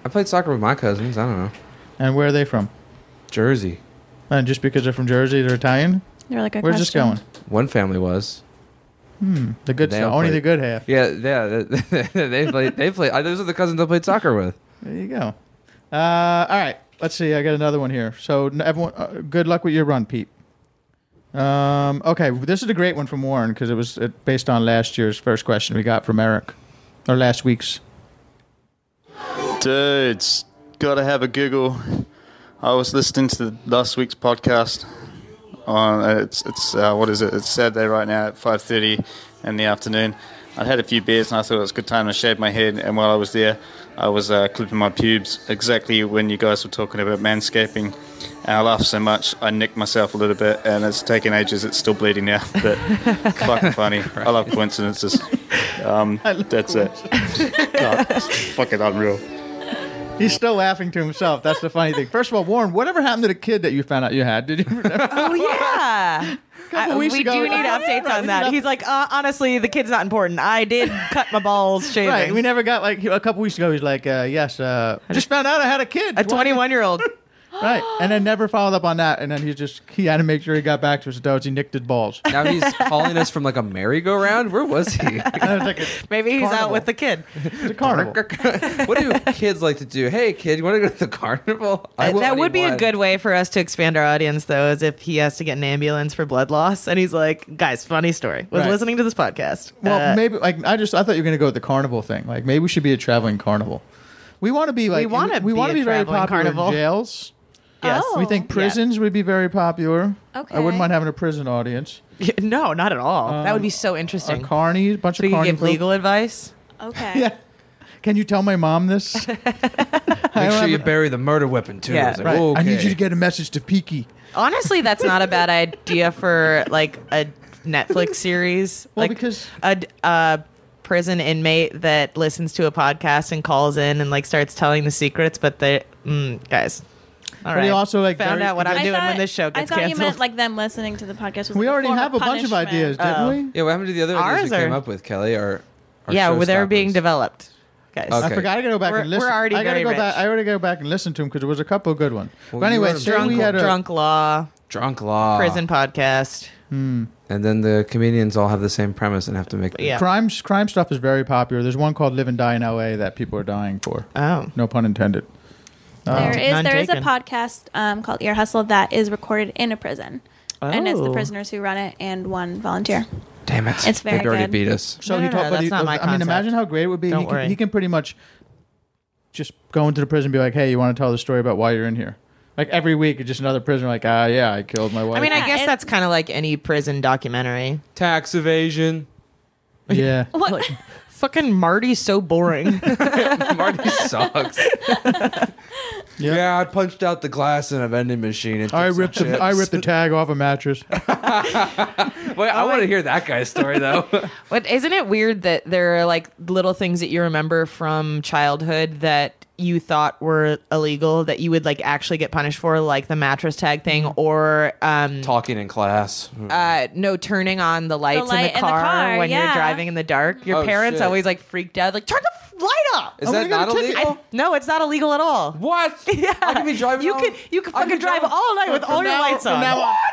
S3: I played soccer with my cousins. I don't know.
S2: And where are they from?
S3: Jersey.
S2: And just because they're from Jersey, they're Italian.
S6: You're like,
S2: Where's this going?
S3: One family was.
S2: The good
S3: They
S2: stuff.
S3: don't
S2: Only
S3: play-
S2: the good half.
S3: Yeah, yeah. They played. They played. uh, Those are the cousins I played soccer with.
S2: There you go. Uh, all right. Let's see. I got another one here. So n- everyone, uh, good luck with your run, Pete. Um, okay, this is a great one from Warren because it was uh, based on last year's first question we got from Eric, or last week's.
S11: Dudes, gotta have a Google. I was listening to last week's podcast. On it's it's uh, what is it? It's Saturday right now at five thirty in the afternoon. I'd had a few beers and I thought it was a good time to shave my head. And while I was there, I was uh, clipping my pubes exactly when you guys were talking about manscaping. And I laughed so much I nicked myself a little bit, and it's taken ages. It's still bleeding now, but fucking funny. I love coincidences. Um, that's it. God, it's fucking unreal.
S2: He's still laughing to himself. That's the funny thing. First of all, Warren, whatever happened to the kid that you found out you had? Did you?
S1: Oh yeah. I-
S2: weeks
S1: we
S2: ago-
S1: do need
S2: Right,
S1: updates
S2: right,
S1: on that.
S2: yeah.
S1: He's like, uh, honestly, the kid's not important. I did cut my balls shaving.
S2: Right. We never got like a couple weeks ago. He's like, uh, "Yes, uh, I just found out I had a kid."
S1: a 21 year old.
S2: Right. And then never followed up on that. And then he just he had to make sure he got back to his adults. He nicked his balls.
S3: Now he's calling us from like a merry-go-round. Where was he?
S2: And it's like a,
S1: Maybe he's out
S2: Carnival.
S1: with the kid.
S2: it's a carnival.
S3: what do kids like to do? Hey, kid, you want to go to the carnival? I
S1: that would be
S3: 21.
S1: a good way for us to expand our audience, though, is if he has to get an ambulance for blood loss. And he's like, guys, funny story. Was
S2: Right.
S1: listening to this podcast.
S2: Well,
S1: Uh,
S2: maybe like I just I thought you were gonna go with the carnival thing. Like maybe we should be a traveling carnival. We want to be like
S1: wanna
S2: we
S1: be
S2: want
S1: a
S2: to be very
S1: traveling
S2: popular
S1: carnival.
S2: in jails.
S1: yes.
S6: Oh.
S2: We think prisons would be very popular. I
S6: Okay.
S2: wouldn't mind having a prison audience.
S1: No, not at all. that would be so
S2: A
S1: interesting.
S2: carny, bunch
S1: so
S2: of
S1: you could
S2: carny.
S1: give
S2: folk.
S1: legal advice.
S6: Okay.
S2: Yeah. Can you tell my mom this?
S3: Make sure
S2: have
S3: you
S2: a-
S3: bury the murder weapon too.
S1: Yeah,
S3: It's like,
S2: Right. I need
S3: okay.
S2: you to get a message to Peaky.
S1: Honestly, that's not a bad idea for like a Netflix series.
S2: Well,
S1: like
S2: because-
S1: a d- a prison inmate that listens to a podcast and calls in and like starts telling the secrets, but they mm, guys. All
S2: But
S1: right.
S2: he also, like,
S1: found
S2: very-
S1: out what I'm
S6: I
S1: doing
S6: thought-
S1: when this show gets
S6: I thought
S1: canceled.
S6: you meant like them listening to the podcast. Was
S2: We
S6: like,
S2: already
S6: form
S2: have a bunch of
S6: punishment.
S2: ideas, didn't
S1: Oh.
S2: we?
S3: Yeah, what happened to the other ideas
S1: Ours
S3: we came
S1: are-
S3: up with, Kelly? Our, our
S1: yeah, well, they're being
S3: showstoppers?
S1: developed. Guys.
S2: I
S3: Okay.
S2: forgot. I gotta go back
S1: We're-
S2: and listen.
S1: we're already
S2: I gotta
S1: very
S2: go
S1: rich.
S2: back. I already go back and listen to him because there was a couple good ones.
S3: Well,
S2: but
S3: you
S2: anyway,
S3: were
S2: say
S1: Drunk,
S2: we had a
S1: drunk law,
S3: drunk law
S1: prison podcast.
S3: and then the comedians all have the same premise and have to make.
S1: Yeah.
S2: crime. Crime stuff is very popular. There's one called "Live and Die in L.A." that people are dying for.
S1: Oh.
S2: No pun intended. Oh.
S6: There is
S1: None
S6: there is a
S1: taken.
S6: podcast um, called Ear Hustle that is recorded in a prison, and it's the
S1: Oh.
S6: prisoners who run it and one volunteer.
S3: Damn it!
S6: It's very
S3: They'd already
S6: good.
S3: beat us.
S2: So
S1: No,
S2: he
S1: no,
S2: talked
S1: no,
S2: about.
S1: that's
S2: the-
S1: not my
S2: I mean,
S1: concept.
S2: imagine how great it would be.
S1: Don't
S2: he,
S1: worry.
S2: Can, he can pretty much just go into the prison, and be like, "Hey, you want to tell the story about why you're in here?" Like every week, it's just another prisoner. Like, ah, yeah, I killed my wife.
S1: I mean, I
S6: Yeah,
S1: guess
S6: it-
S1: that's kind of like any prison documentary.
S3: Tax evasion.
S2: yeah.
S1: Like, fucking Marty's so boring.
S3: Marty sucks. yeah. I punched out the glass in a vending machine. And
S2: I
S3: took some
S2: ripped the, I
S3: chips.
S2: ripped the tag off a mattress.
S3: Oh, Wait, I want to hear that guy's story though.
S1: But isn't it weird that there are like little things that you remember from childhood that you thought were illegal that you would like actually get punished for, like the mattress tag thing,
S3: Mm-hmm.
S1: or um,
S3: Talking in class.
S1: uh, no turning on the lights
S6: light
S1: in, the car when
S6: yeah.
S1: you're driving in the dark? Your
S3: Oh,
S1: parents
S3: shit.
S1: always like freaked out, like turn the f- light off.
S3: Is that not illegal?
S1: no, it's not illegal at all.
S3: What?
S1: Yeah,
S3: I could be driving.
S1: You
S3: all-
S1: could you could
S3: I
S1: fucking drive
S3: drive-
S1: all night with all your lights on.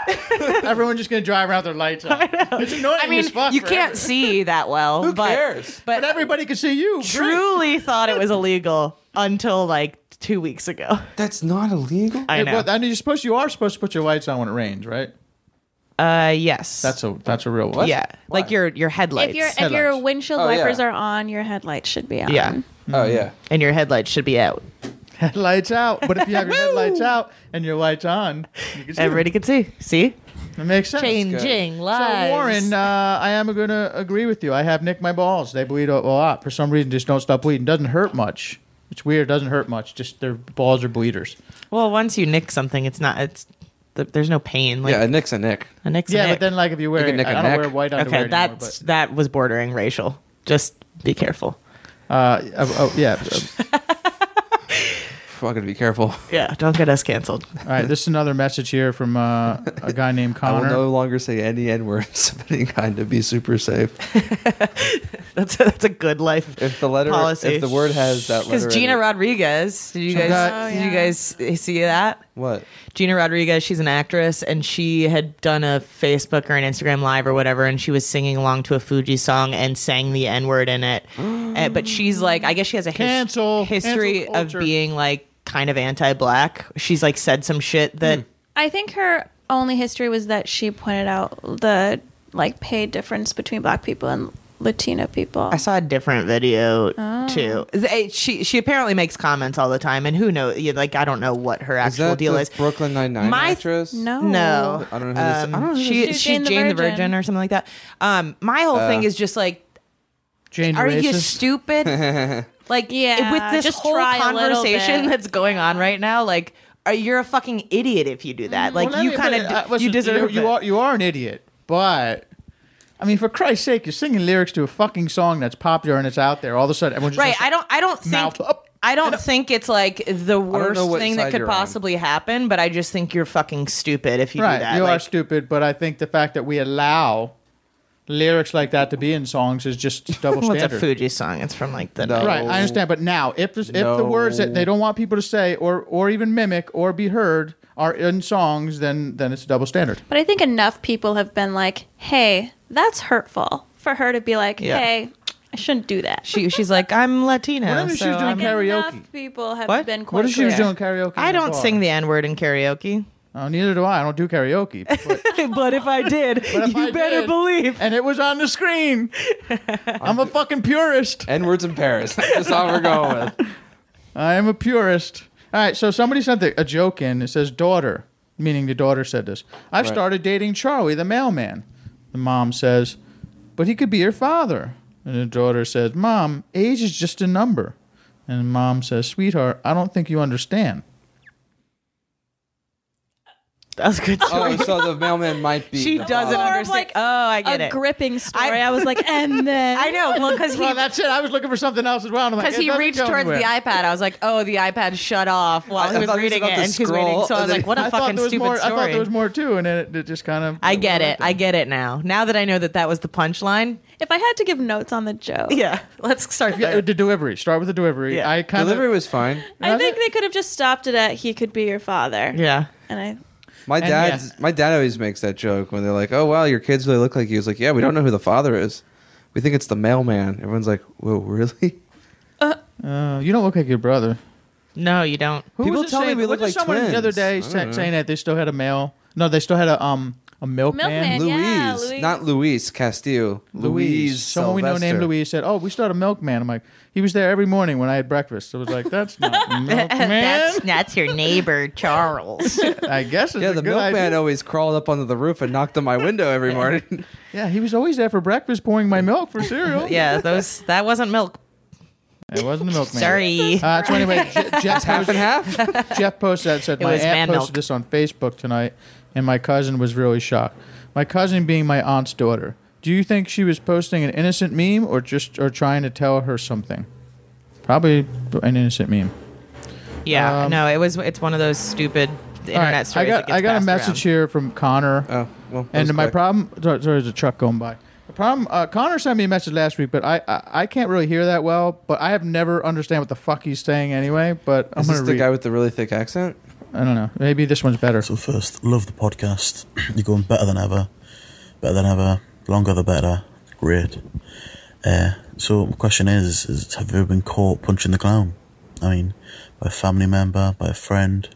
S2: Everyone's just gonna drive around with their lights on. It's annoying
S1: I mean,
S2: as fuck.
S1: you
S2: for
S1: can't
S2: every-
S1: see that well.
S3: Who
S1: but,
S3: cares?
S2: But everybody can see you. Great.
S1: truly thought it was illegal. until like two weeks ago.
S3: That's not illegal.
S1: I know.
S2: But, and you're supposed you are supposed to put your lights on when it rains, right?
S1: Uh, yes.
S2: That's a that's a real one.
S1: yeah, like your your headlights.
S6: If your if
S2: Headlights.
S6: your windshield
S3: Oh, yeah.
S6: wipers are on, your headlights should be on.
S1: yeah,
S3: Oh yeah.
S1: and your headlights should be out.
S2: Headlights out. But if you have your headlights out and your lights on, you can see
S1: Everybody can see. See,
S2: them. It makes sense.
S1: changing lives.
S2: So Warren, uh, I am going to agree with you. I have nicked my balls. They bleed a a lot for some reason. Just don't stop bleeding. Doesn't hurt much. It's weird. Doesn't hurt much. Just their balls are bleeders.
S1: Well, once you nick something, it's not. It's th- there's no pain. Like
S3: yeah, a nick's a nick.
S1: a nick's a
S2: Yeah,
S1: nick.
S2: but then like if you wear,
S3: You can nick
S2: I
S3: a
S2: don't
S3: neck.
S2: wear white underwear
S1: okay,
S2: anymore,
S1: that's that was bordering racial. Just be careful.
S2: but, uh, oh, oh, yeah. Uh,
S3: Fucking be careful.
S1: Yeah, don't get us canceled.
S2: all right, this is another message here from uh, a guy named
S3: I will
S2: Connor.
S3: no longer say any n words of any kind to be super safe.
S1: That's a, that's a good life.
S3: If the letter,
S1: Policy.
S3: if the word has that letter,
S1: Because
S3: in
S1: Gina
S3: it-
S1: Rodriguez, did you guys
S2: guy-
S1: did you guys see that?
S3: what?
S1: Gina Rodriguez, she's an actress, and she had done a Facebook or an Instagram live or whatever, and she was singing along to a Fuji song and sang the N word in it. Uh, but she's like, I guess she has a his-
S2: Cancel.
S1: history
S2: Cancel
S1: of
S2: culture.
S1: being like kind of anti-black. She's like said some shit that
S3: Hmm.
S6: I think her only history was that she pointed out the like pay difference between black people and Latino people.
S1: I saw a different video
S6: Oh.
S1: too. Eh, She she apparently makes comments all the time, and who knows? yeah, Like I don't know what her
S3: Is
S1: actual
S3: that
S1: deal
S3: the
S1: is.
S3: Brooklyn Nine Nine
S1: My-
S3: actress?
S6: no.
S1: No, Um,
S3: I don't know who this. Uh. I don't know who
S1: she
S6: She's
S1: she
S6: Jane
S1: Jane,
S6: the
S1: the, Virgin.
S6: Virgin.
S1: or something like that. Um, my whole thing is just like,
S2: Jane
S1: are you
S2: racist.
S1: stupid? like,
S6: Yeah,
S1: with this
S6: just
S1: whole
S6: try a little
S1: conversation
S6: bit.
S1: that's going on right now, like, are, you're a fucking idiot if you do that. Like,
S2: Well, I
S1: you
S2: mean,
S1: kind
S2: but, uh,
S1: of
S2: listen,
S1: you deserve
S2: You,
S1: it.
S2: are you are an idiot, but. I mean, for Christ's sake, you're singing lyrics to a fucking song that's popular and it's out there. All of a sudden, everyone just
S1: right.
S2: has to-
S1: I don't. I don't
S2: Mouth
S1: think.
S2: up.
S1: I don't think it's like the worst
S3: what
S1: thing that
S3: side
S1: could
S3: you're on.
S1: possibly happen, but I just think you're fucking stupid if you
S2: right.
S1: do that.
S2: You are
S1: Like,
S2: stupid, but I think the fact that we allow lyrics like that to be in songs is just double
S1: what's a
S2: standard.
S1: Fuji song? It's from like the
S3: No.
S2: Right, I understand, but now if this, if the words that they don't want people to say or or even mimic or be heard are in songs, then then it's a double standard.
S6: But I think enough people have been like, "Hey, that's hurtful." For her to be like,
S1: Yeah.
S6: "Hey, I shouldn't do that."
S1: she, she's like I'm Latina.
S2: Whatever she
S1: so
S2: was doing
S1: I'm-
S2: karaoke.
S6: Enough people have
S1: What?
S6: been quite
S2: What if she was
S6: clear.
S2: doing karaoke?
S1: I
S2: in the
S1: don't
S2: bar?
S1: sing the N word in karaoke.
S2: Oh, neither do I. I don't do karaoke. But,
S1: but if I did,
S2: if
S1: you
S2: I
S1: better
S2: did-
S1: believe.
S2: and it was on the screen. I'm a fucking purist.
S3: N words in Paris. That's all we're going with.
S2: I am a purist. All right, so somebody sent the, a joke in. It says, daughter, meaning the daughter said this. I've
S3: Right.
S2: started dating Charlie, the mailman. The mom says, but he could be your father. And the daughter says, Mom, age is just a number. And mom says, Sweetheart, I don't think you understand.
S1: That was good.
S3: Oh, so the mailman might be.
S1: she
S3: the
S1: doesn't
S3: father.
S6: Or
S1: understand.
S6: like
S1: oh, I get
S6: a
S1: it.
S6: gripping story. I, was like, and then
S1: I know. Well, because he
S2: Well, that's it. I was looking for something else as well.
S1: because he reached towards the iPad. I was like, oh, the iPad shut off while
S3: I-
S1: he
S3: I
S1: was
S3: thought he was
S1: reading
S3: about
S1: it,
S3: to
S1: and he's waiting.
S3: scroll,
S1: So I was
S3: and then-
S1: like, what a
S2: I thought
S1: fucking
S2: there was
S1: stupid
S2: more. I
S1: story.
S2: thought there was more too, and then it, it just kind of.
S1: I get it. I get it now. Now that I know that that was the punchline.
S6: if I had to give notes on the joke,
S1: Yeah, let's start.
S2: Yeah,
S1: there.
S2: the delivery. Start with the delivery.
S1: Yeah.
S2: I kind
S3: Delivery
S2: of.
S3: was fine.
S6: I think they could have just stopped it at "He could be your father."
S1: Yeah.
S6: and I
S3: My dad,
S2: yeah.
S3: my dad always makes that joke when they're like, "Oh wow, your kids really look like you." It's like, "Yeah, we don't know who the father is. We think it's the mailman." Everyone's like, "Whoa, really?"
S2: Uh, you don't look like your brother.
S1: No, you don't.
S2: Who
S3: People
S2: was it
S3: tell me
S2: saying-
S3: we look
S2: wasn't
S3: like
S2: someone the other
S3: twins.
S2: day
S3: I
S2: sa-
S3: don't
S2: saying,
S3: know.
S2: that they still had a male. No, they still had a um a milkman.
S6: Milkman.
S3: Louise,
S6: yeah, Louise.
S3: not Luis Castillo. Louise,
S2: someone we know named
S3: Sylvester.
S2: Louise said, "Oh, we still had a milkman." I'm like, he was there every morning when I had breakfast. I was like, that's not milkman.
S1: That's that's your neighbor Charles.
S2: I guess it's
S3: Yeah,
S2: a
S3: the
S2: good
S3: milkman
S2: idea.
S3: always crawled up onto the roof and knocked on my window every morning.
S2: Yeah, he was always there for breakfast, pouring my milk for cereal.
S1: yeah, those that wasn't milk.
S2: it wasn't a milkman.
S1: Sorry.
S2: Uh, so anyway, Je- Jeff,
S3: half and half.
S2: Jeff posted that said my
S1: was
S2: aunt
S1: man
S2: posted
S1: milk.
S2: this on Facebook tonight, and my cousin was really shocked. My cousin being my aunt's daughter. Do you think she was posting an innocent meme or just or trying to tell her something? Probably an innocent meme.
S1: Yeah,
S2: Um,
S1: no, it was. It's one of those stupid internet
S2: All right, I
S1: stories. that
S2: got
S1: gets
S2: I got a
S1: passed
S2: message
S1: around.
S2: here from Connor.
S3: Oh, well, that
S2: and
S3: was
S2: my
S3: quick.
S2: problem. Sorry, sorry, there's a truck going by. The problem. Uh, Connor sent me a message last week, but I, I I can't really hear that well. But I have never understand what the fuck he's saying anyway. But I'm
S3: Is
S2: gonna
S3: this the
S2: read.
S3: guy with the really thick accent?
S2: I don't know. Maybe this one's better.
S10: So first, love the podcast. You're going better than ever, better than ever, longer the better. Great. Uh, so my question is, is: Have you ever been caught punching the clown?
S12: I mean, by a family member, by a friend.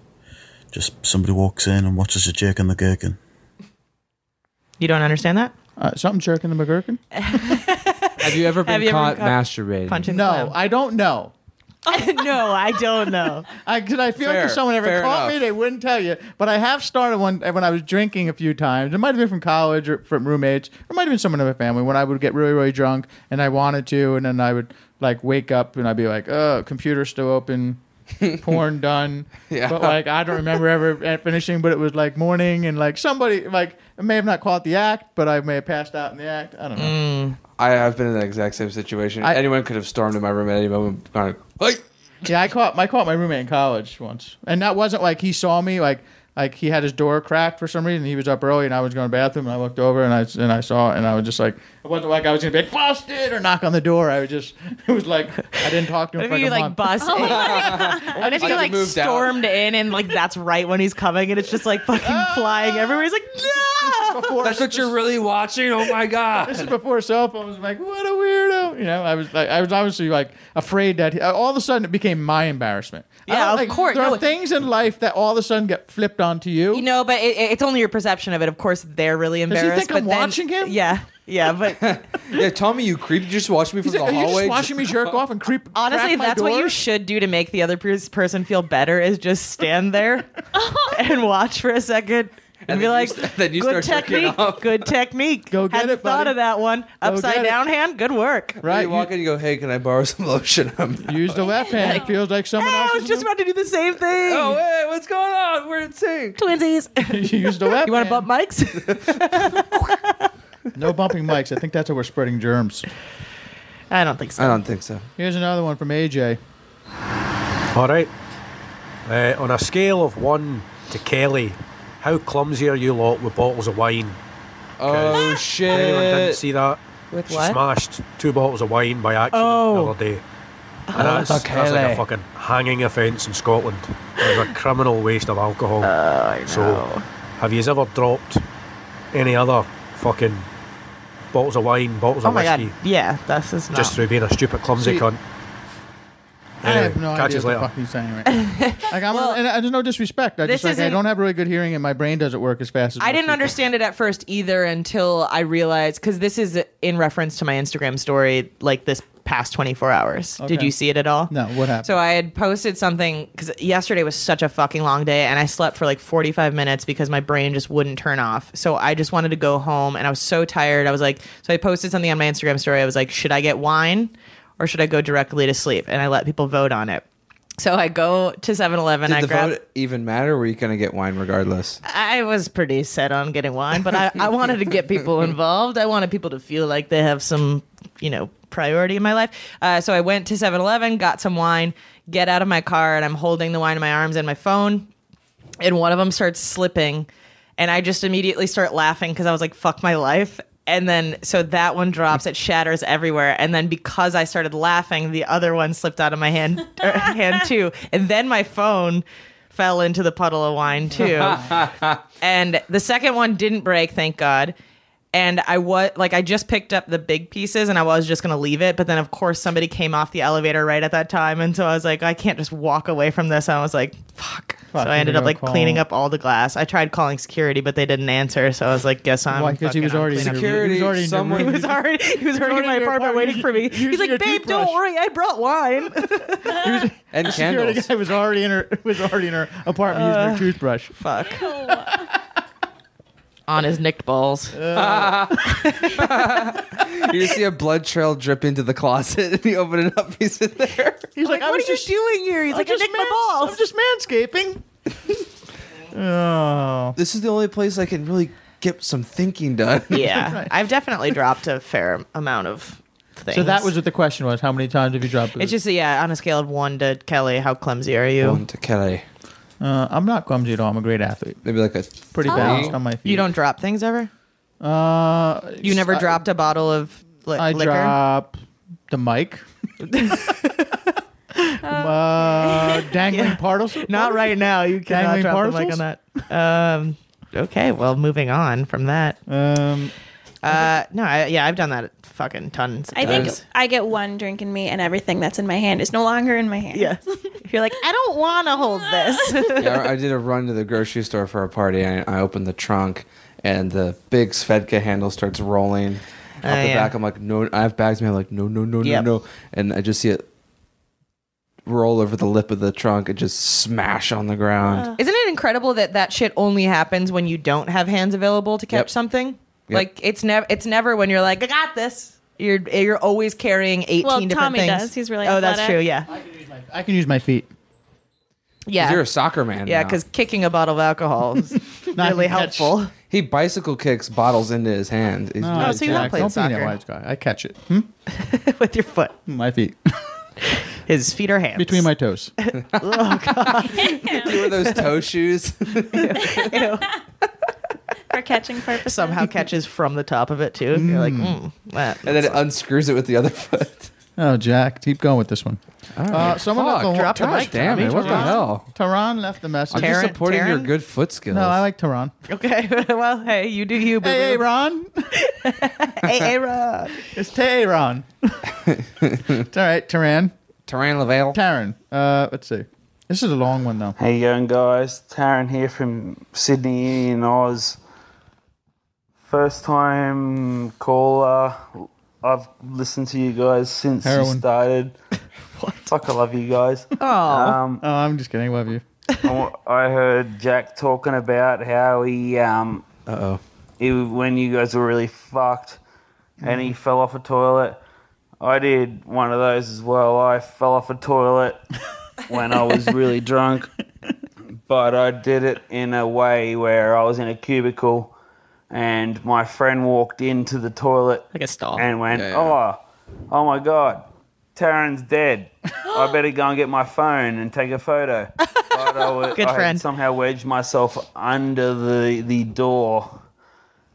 S12: Just somebody walks in and watches you jerking the gherkin.
S1: You don't understand that?
S2: Uh, something jerking the McGurkin?
S3: Have you ever been
S1: Have you ever
S3: caught
S1: been caught
S3: masturbating?
S1: Punching the
S2: No, I don't know.
S1: clown. no, I don't know.
S2: I because I feel like
S3: Fair.
S2: if someone ever
S3: Fair
S2: caught me,
S3: enough.
S2: they wouldn't tell you. But I have started one uh, when I was drinking a few times. It might have been from college or from roommates. Or it might have been someone in my family when I would get really, really drunk and I wanted to, and then I would like wake up and I'd be like, "Oh, computer still open." porn done
S3: Yeah.
S2: but like i don't remember ever at finishing but it was like morning and like somebody like i may have not caught the act but i may have passed out in the act i don't know
S3: I have been in that exact same situation.
S2: I-
S3: Anyone could have stormed in my room at any moment. Gone, like,
S2: Yeah, I caught I caught my roommate in college once, and that wasn't like he saw me like like he had his door cracked for some reason. He was up early, and I was going to the bathroom, and I looked over and I and I saw it, and I was just like, it wasn't like I was going to be like, busted or knock on the door. I was just it was like I didn't talk to him
S1: What
S2: for like
S1: if you
S2: a
S1: like
S2: month.
S1: bust?
S3: Oh
S1: in? what if
S3: I
S1: you
S3: get
S1: like
S3: moved out.
S1: stormed in and like that's right when he's coming and it's just like fucking flying everywhere? He's like, no.
S2: before,
S3: That's what you're really watching? Oh my
S2: this
S3: god!
S2: is before cell phones. I'm like, what a weirdo. You know, I was like, I was obviously like afraid that he, all of a sudden it became my embarrassment. I
S1: Yeah,
S2: don't-
S1: of
S2: like,
S1: course.
S2: There
S1: No,
S2: are things in life that all of a sudden get flipped onto you.
S1: You know, but it, it- it's only your perception of it. Of course, they're really
S2: he
S1: embarrassed.
S2: think
S1: but
S2: I'm
S1: then-
S2: watching him?
S1: Yeah, yeah. But
S3: Yeah, tell me you creep. You just watch me from
S2: He's like,
S3: the
S2: are you
S3: hallway.
S2: just watching me jerk off and creep?
S1: honestly,
S2: crack my
S1: that's what
S2: door?"
S1: you should do to make the other per- person feel better is just stand there and watch for a second. And,
S3: And
S1: be
S3: then you
S1: like,
S3: st- then you
S1: good
S3: start jerking
S1: technique,
S3: off."
S1: good technique.
S2: Go get
S1: Hadn't
S2: it, buddy.
S1: thought of that one. Upside
S2: get it.
S1: down hand, good work.
S2: Right.
S3: You walk in, you go, "Hey, can I borrow some lotion?" I'm
S2: you use the left hand. It feels like someone
S1: Hey,
S2: else.
S1: I was
S2: is
S1: just about to do the same thing.
S3: Oh hey, what's going on? We're in sync.
S1: Twinsies.
S2: you use the left.
S1: You want to
S2: hand.
S1: bump mics?
S2: No bumping mics. I think that's how we're spreading germs.
S1: I don't think so.
S3: I don't think so.
S2: Here's another one from AJ.
S10: All right. Uh, on a scale of one to Kelly, how clumsy are you lot with bottles of wine?
S3: Oh
S10: If anyone didn't
S3: shit!
S10: see that,
S1: With
S10: she
S1: what?
S10: smashed two bottles of wine by accident
S1: Oh.
S10: the other day.
S2: Oh,
S10: And that's, that's like
S3: Kelly.
S10: a fucking hanging offence in Scotland. It was a criminal waste of alcohol. So, have you ever dropped any other fucking bottles of wine, bottles
S1: Oh
S10: of
S1: my
S10: whiskey,
S1: god. Yeah, this is not.
S10: just through being a stupid, clumsy
S2: See,
S10: cunt?
S2: I have
S10: Anyway,
S2: no
S10: catch
S2: idea
S10: yous
S2: what the
S10: later.
S2: fuck he's saying right now. Like I'm, and I- there's no disrespect. I just
S1: this
S2: like I
S1: isn't-
S2: don't have really good hearing, and my brain doesn't work as fast as
S1: I
S2: most
S1: didn't
S2: people.
S1: understand it at first either until I realized because this is in reference to my Instagram story like this past 24 hours. Did
S2: Okay.
S1: you see it at all?
S2: No, what happened?
S1: So I had posted something because yesterday was such a fucking long day and I slept for like 45 minutes because my brain just wouldn't turn off. So I just wanted to go home and I was so tired. I was like, so I posted something on my Instagram story. I was like, should I get wine or should I go directly to sleep? And I let people vote on it. So I go to 7 Eleven.
S3: Did
S1: I
S3: the
S1: grab.
S3: vote even matter? Were you gonna get wine regardless?
S1: I was pretty set on getting wine, but I, I wanted to get people involved. I wanted people to feel like they have some, you know, priority in my life. Uh, so I went to 7 Eleven, got some wine, get out of my car, and I'm holding the wine in my arms and my phone, and one of them starts slipping. And I just immediately start laughing because I was like, fuck my life. And then, so that one drops, it shatters everywhere. And then, because I started laughing, the other one slipped out of my hand, er, hand too. And then my phone fell into the puddle of wine too. and the second one didn't break, thank God. And I was like, I just picked up the big pieces and I was just going to leave it. But then, of course, somebody came off the elevator right at that time. And so I was like, I can't just walk away from this. And I was like, fuck.
S2: Fuck,
S1: so I
S2: you
S1: ended up
S2: gotta
S1: like
S2: call.
S1: cleaning up all the glass. I tried calling security, but they didn't answer. So I was like, guess I'm.
S2: Why? Because he
S1: fucking
S2: was
S1: on
S2: already
S1: cleanup.
S2: in your- he was
S3: Security,
S2: already in your
S3: someone-
S2: room.
S1: He was already, he was already in my
S2: in your
S1: apartment
S2: apartment
S1: waiting for me.
S2: using-
S1: He's like,
S2: using a
S1: babe, don't
S2: toothbrush."
S1: worry. I brought wine.
S3: And
S2: Security
S3: candles.
S2: guy was already in her was already in her apartment
S1: Uh,
S2: using her toothbrush.
S1: Fuck. on his nicked balls.
S3: You see a blood trail drip into the closet, and you open it up. He's in there.
S2: He's like, I
S1: what
S2: was
S1: are
S2: just
S1: you doing here? He's
S2: I'm
S1: like, I
S2: just
S1: nicked
S2: mans-
S1: my balls.
S2: I'm just manscaping. oh,
S3: This is the only place I can really get some thinking done.
S1: yeah, I've definitely dropped a fair amount of things.
S2: so that was what the question was. How many times have you dropped?
S1: It's just yeah, on a scale of one to Kelly, how clumsy are you?
S3: One to Kelly.
S2: Uh, I'm not clumsy at all. I'm a great athlete.
S3: Maybe like a
S2: Pretty balanced on my feet.
S1: Oh. You don't drop things ever.
S2: Uh,
S1: You never
S2: I-
S1: dropped a bottle of li-
S2: I
S1: liquor.
S2: drop the mic. uh, dangling particles.
S1: Not right now. You cannot
S2: Dangling
S1: drop the mic on
S2: particles?
S1: that. Um, okay, well, moving on from that.
S2: Um,
S1: Uh, no, I, yeah, I've done that fucking tons. Of
S6: I think
S1: times.
S6: I get one drink in me, and everything that's in my hand is no longer in my hand.
S1: If you're like, I don't want to hold this.
S3: yeah, I I did a run to the grocery store for a party. And I opened the trunk, and the big Svedka handle starts rolling out
S1: Oh,
S3: the
S1: yeah.
S3: back. I'm like, no, I have bags. Man, I'm like, no, no, no,
S1: Yep.
S3: no, no, and I just see it roll over the lip of the trunk and just smash on the ground.
S1: Isn't it incredible that that shit only happens when you don't have hands available to catch
S3: Yep.
S1: something? Like it's never it's never when you're like I got this. You're you're always carrying 18
S6: Well,
S1: different
S6: Tommy
S1: things.
S6: does. He's really
S1: Oh, that's
S6: athletic.
S1: true. Yeah.
S2: I can use my feet.
S1: Yeah.
S3: You're a soccer man.
S1: yeah,
S3: now.
S1: because kicking a bottle of alcohol is really
S2: catch-
S1: helpful.
S3: he bicycle kicks bottles into his hand. He's
S1: Oh, so you're
S2: Jack,
S1: not playing
S2: don't be
S1: soccer.
S2: that wise guy. I catch it. Hmm?
S1: With your foot,
S2: My feet.
S1: his feet are hands
S2: Between my toes.
S3: you wear those toe shoes.
S6: For catching purposes.
S1: somehow catches from the top of it too. You're like, mm, that-
S3: and then it unscrews it with the other foot.
S2: Oh, Jack, keep going with this one. Uh, someone
S3: Fuck,
S2: left the
S1: drop the
S2: Taran-
S1: mic,
S3: Damn it! What the hell?
S2: Taran left the
S3: I'm
S2: message.
S3: just
S1: Taryn-
S3: supporting your
S1: Taryn?
S3: good foot skills.
S2: No, I like Taran.
S1: okay. well, hey, you do you, boo.
S2: Hey, hey,
S1: Hey,
S2: Ron.
S1: hey, Ron.
S2: It's Tehran. it's all right, Taran.
S3: Terrain Lavelle.
S2: Taran. Uh, let's see. This is a long one though.
S11: How you going, guys? Taryn here from Sydney Uni in Oz. First time caller. I've listened to you guys since you
S2: Heroin.
S11: started. Fuck, I love you guys. Um,
S2: Oh, I'm just kidding. Love you.
S11: I I heard Jack talking about how he um,
S3: Uh oh.
S11: it, when you guys were really fucked and he fell off a toilet. I did one of those as well. I fell off a toilet when I was really drunk, but I did it in a way where I was in a cubicle and my friend walked into the toilet
S1: Like a stall.
S11: and went,
S3: Yeah, yeah.
S11: "Oh, oh my god, Taryn's dead. I better go and get my phone and take a photo." But I, wa-
S1: Good
S11: I had
S1: friend.
S11: somehow wedged myself under the the door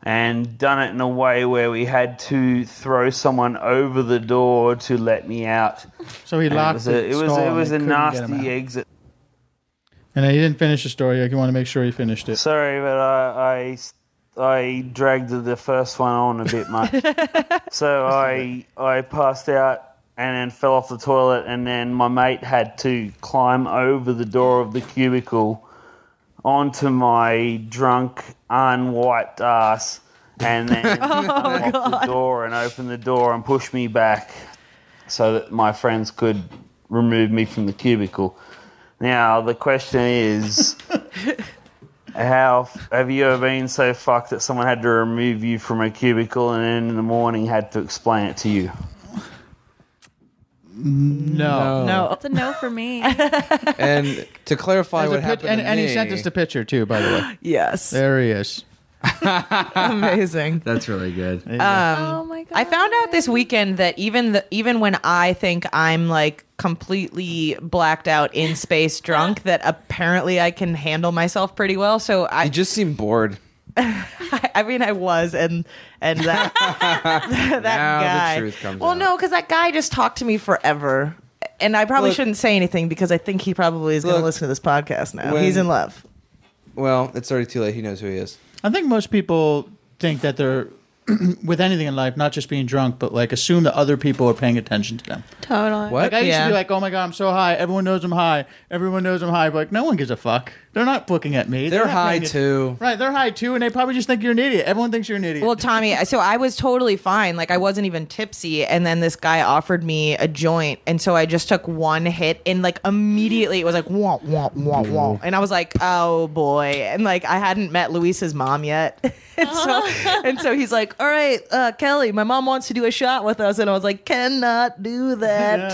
S11: and done it in a way where we had to throw someone over the door to let me out.
S2: So he
S11: And it
S2: locked
S11: was
S2: the
S11: a, it was
S2: stall
S11: it
S2: and
S11: was
S2: they
S11: a
S2: couldn't get him
S11: nasty
S2: out.
S11: exit.
S2: And he didn't finish the story. I want to make sure he finished it.
S11: Sorry, but I, I, I dragged the first one on a bit much. so I, I passed out and then fell off the toilet, and then my mate had to climb over the door of the cubicle onto my drunk, unwiped ass, and then unlock the door and open the door and push me back so that my friends could remove me from the cubicle. Now, the question is. How have you ever been so fucked that someone had to remove you from a cubicle and then in the morning had to explain it to you?
S2: No.
S1: no.
S6: That's a no for me.
S3: And to clarify
S2: There's a
S3: what
S2: pic-
S3: happened,
S2: and,
S3: to
S2: and he
S3: me-
S2: sent us the picture too, by the way.
S1: Yes.
S2: There he is.
S1: Amazing.
S3: That's really good.
S6: oh my god.
S1: I found out this weekend that even the even when I think I'm like completely blacked out in space drunk, that apparently I can handle myself pretty well. So
S3: You
S1: I,
S3: just seem bored.
S1: I, I mean, I was and and that that
S3: Now the
S1: guy.
S3: truth comes
S1: well,
S3: out.
S1: no, because that guy just talked to me forever, and I probably
S3: Look-
S1: shouldn't say anything because I think he probably is going
S3: Look,
S1: to listen to this podcast now.
S3: when-
S1: He's in love.
S3: Well, it's already too late. He knows who he is.
S2: I think most people think that they're with anything in life, not just being drunk, but like assume that other people are paying attention to them.
S6: totally.
S3: What?
S2: Like I used
S1: Yeah.
S2: to be like, oh my god, I'm so high. Everyone knows I'm high. Everyone knows I'm high. But like no one gives a fuck. They're not looking at me.
S3: They're
S2: not
S3: high
S2: paying it-
S3: too.
S2: Right, they're high too, and they probably just think you're an idiot. Everyone thinks you're an idiot.
S1: Well, Tommy, so I was totally fine. Like I wasn't even tipsy, and then this guy offered me a joint, and so I just took one hit, and like immediately it was like wah wah wah wah, and I was like, oh boy, and like I hadn't met Luis's mom yet, and so and so he's like, all right, uh, Kelly, my mom wants to do a shot with us, and I was like, cannot do that,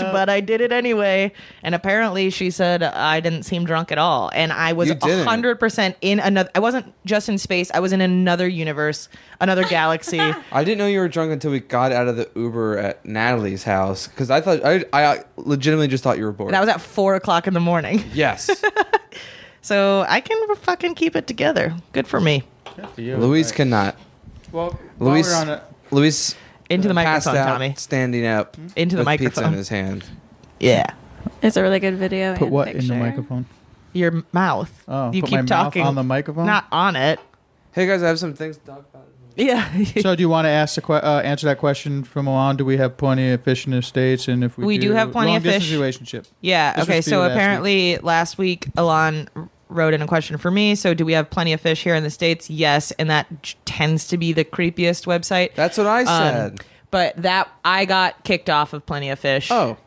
S2: Yeah.
S1: but I did it anyway, and apparently she said I didn't seem drunk at all, and I was
S3: You didn't.
S1: hundred hundred percent in another. I wasn't just in space. I was in another universe, another galaxy.
S3: I didn't know you were drunk until we got out of the Uber at Natalie's house because I thought I, I legitimately just thought you were bored.
S1: that was at four o'clock in the morning.
S3: yes.
S1: So I can fucking keep it together. Good for me.
S3: Luis cannot.
S2: well,
S3: Luis.
S2: Luis, on it,
S3: Luis
S1: Into the
S3: passed
S1: microphone,
S3: out,
S1: Tommy.
S3: standing up
S1: Into the
S3: with pizza in
S1: microphone.
S3: his hand.
S1: Yeah.
S6: It's a really good video.
S2: put
S6: and
S2: what in
S6: picture.
S2: the microphone?
S1: Your mouth.
S2: Oh,
S1: you
S2: put
S1: keep
S2: my mouth
S1: talking
S2: on the microphone?
S1: Not on it.
S3: Hey guys, I have some things to talk about.
S1: Yeah.
S2: So, do you want to ask the que- uh, answer that question from on? Do we have plenty of fish in the states? And if we,
S1: We do have plenty
S2: long
S1: of fish.
S2: distance relationship.
S1: Yeah.
S2: This was
S1: okay.
S2: for
S1: So
S2: you last
S1: apparently last week, Alon wrote in a question for me. So do we have plenty of fish here in the states? Yes, and that j- tends to be the creepiest website.
S3: That's what I
S1: Um,
S3: said.
S1: but that I got kicked off of Plenty of Fish.
S3: oh,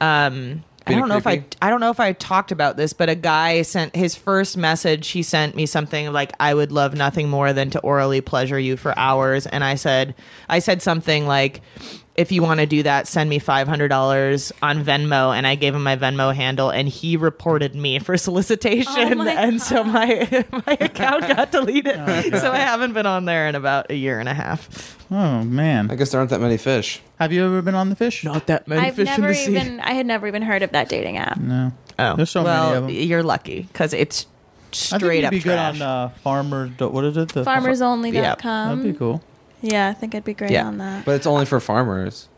S1: Um, I
S3: Being
S1: don't know if I
S3: creepy?
S1: I don't know if I talked about this, but a guy sent his first message. He sent me something like, "I would love nothing more than to orally pleasure you for hours," and I said, I said something like. If you want to do that, send me five hundred dollars on Venmo, and I gave him my Venmo handle, and he reported me for solicitation,
S6: Oh my Oh
S1: and so my my account got deleted. so I haven't been on there in about a year and a half.
S2: week. Oh
S3: I
S2: man,
S3: guess there aren't that many fish.
S2: have you ever been on the fish?
S1: Not that many
S6: I've never even I had never even heard of that dating app.
S2: No.
S1: Oh,
S2: There's so
S1: well,
S2: many of them.
S1: you're lucky because it's
S2: I think
S1: straight
S2: you'd
S1: up
S2: be
S1: trash.
S2: good on uh, farmer. What is it? The
S6: Farmersonly.com.
S2: That'd be cool.
S6: Yeah, I think I'd be great
S1: Yeah.
S6: on that.
S3: But it's only for farmers.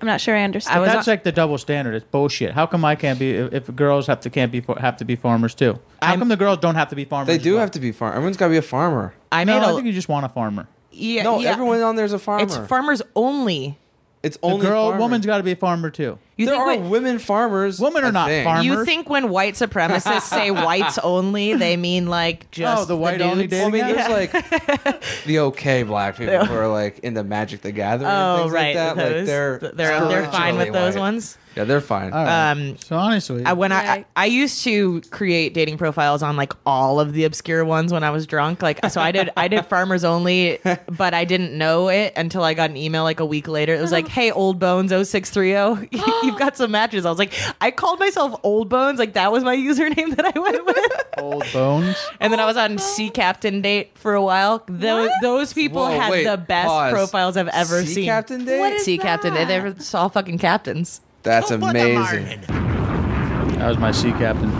S6: I'm not sure I understand.
S1: I was
S2: That's like the double standard. It's bullshit. How come I can't be? If if girls have to can't be have to be farmers too? How
S1: I'm-
S2: come the girls don't have to be farmers?
S3: They do
S2: well?
S3: have to be farm. Everyone's got to be a farmer.
S1: I
S2: No,
S1: made
S2: I
S1: a
S2: think you just want a farmer.
S1: yeah,
S3: no,
S1: yeah.
S3: everyone on there's a farmer.
S1: It's farmers only.
S3: It's
S2: The
S3: only
S2: girl,
S3: farmer.
S2: woman's got to be a farmer too.
S1: You
S3: there
S1: think
S3: are
S1: when-
S3: women farmers.
S2: Women are
S3: I
S2: not
S3: think.
S2: farmers.
S1: you think when white supremacists say whites only, they mean like just
S2: Oh, the white only
S1: dudes?
S2: dating
S3: Well, I mean,
S2: app?
S3: there's like the okay black people who are like into Magic the Gathering. and
S1: Oh
S3: things
S1: right,
S3: like that.
S1: those
S3: Like they're
S1: they're they're, fine with
S3: spiritually
S1: those
S3: white.
S1: ones.
S3: Yeah, they're fine.
S2: All right.
S1: Um,
S2: so honestly,
S1: I, when I,
S6: Right.
S1: I used to create dating profiles on like all of the obscure ones when I was drunk. Like so I did I did farmers only, but I didn't know it until I got an email like a week later. It was like, "Hey, old bones 0630, you've got some matches." I was like, "I called myself old bones, like that was my username that I went with."
S2: old bones.
S1: and then I was
S6: Oh.
S1: on sea captain date for a while. Those those people
S3: Whoa,
S1: had
S3: wait,
S1: the best
S3: pause.
S1: profiles I've ever
S3: sea
S1: seen.
S3: Captain Day.
S6: What is
S1: sea captain, they they were all fucking captains.
S3: That's amazing.
S2: That was my sea captain.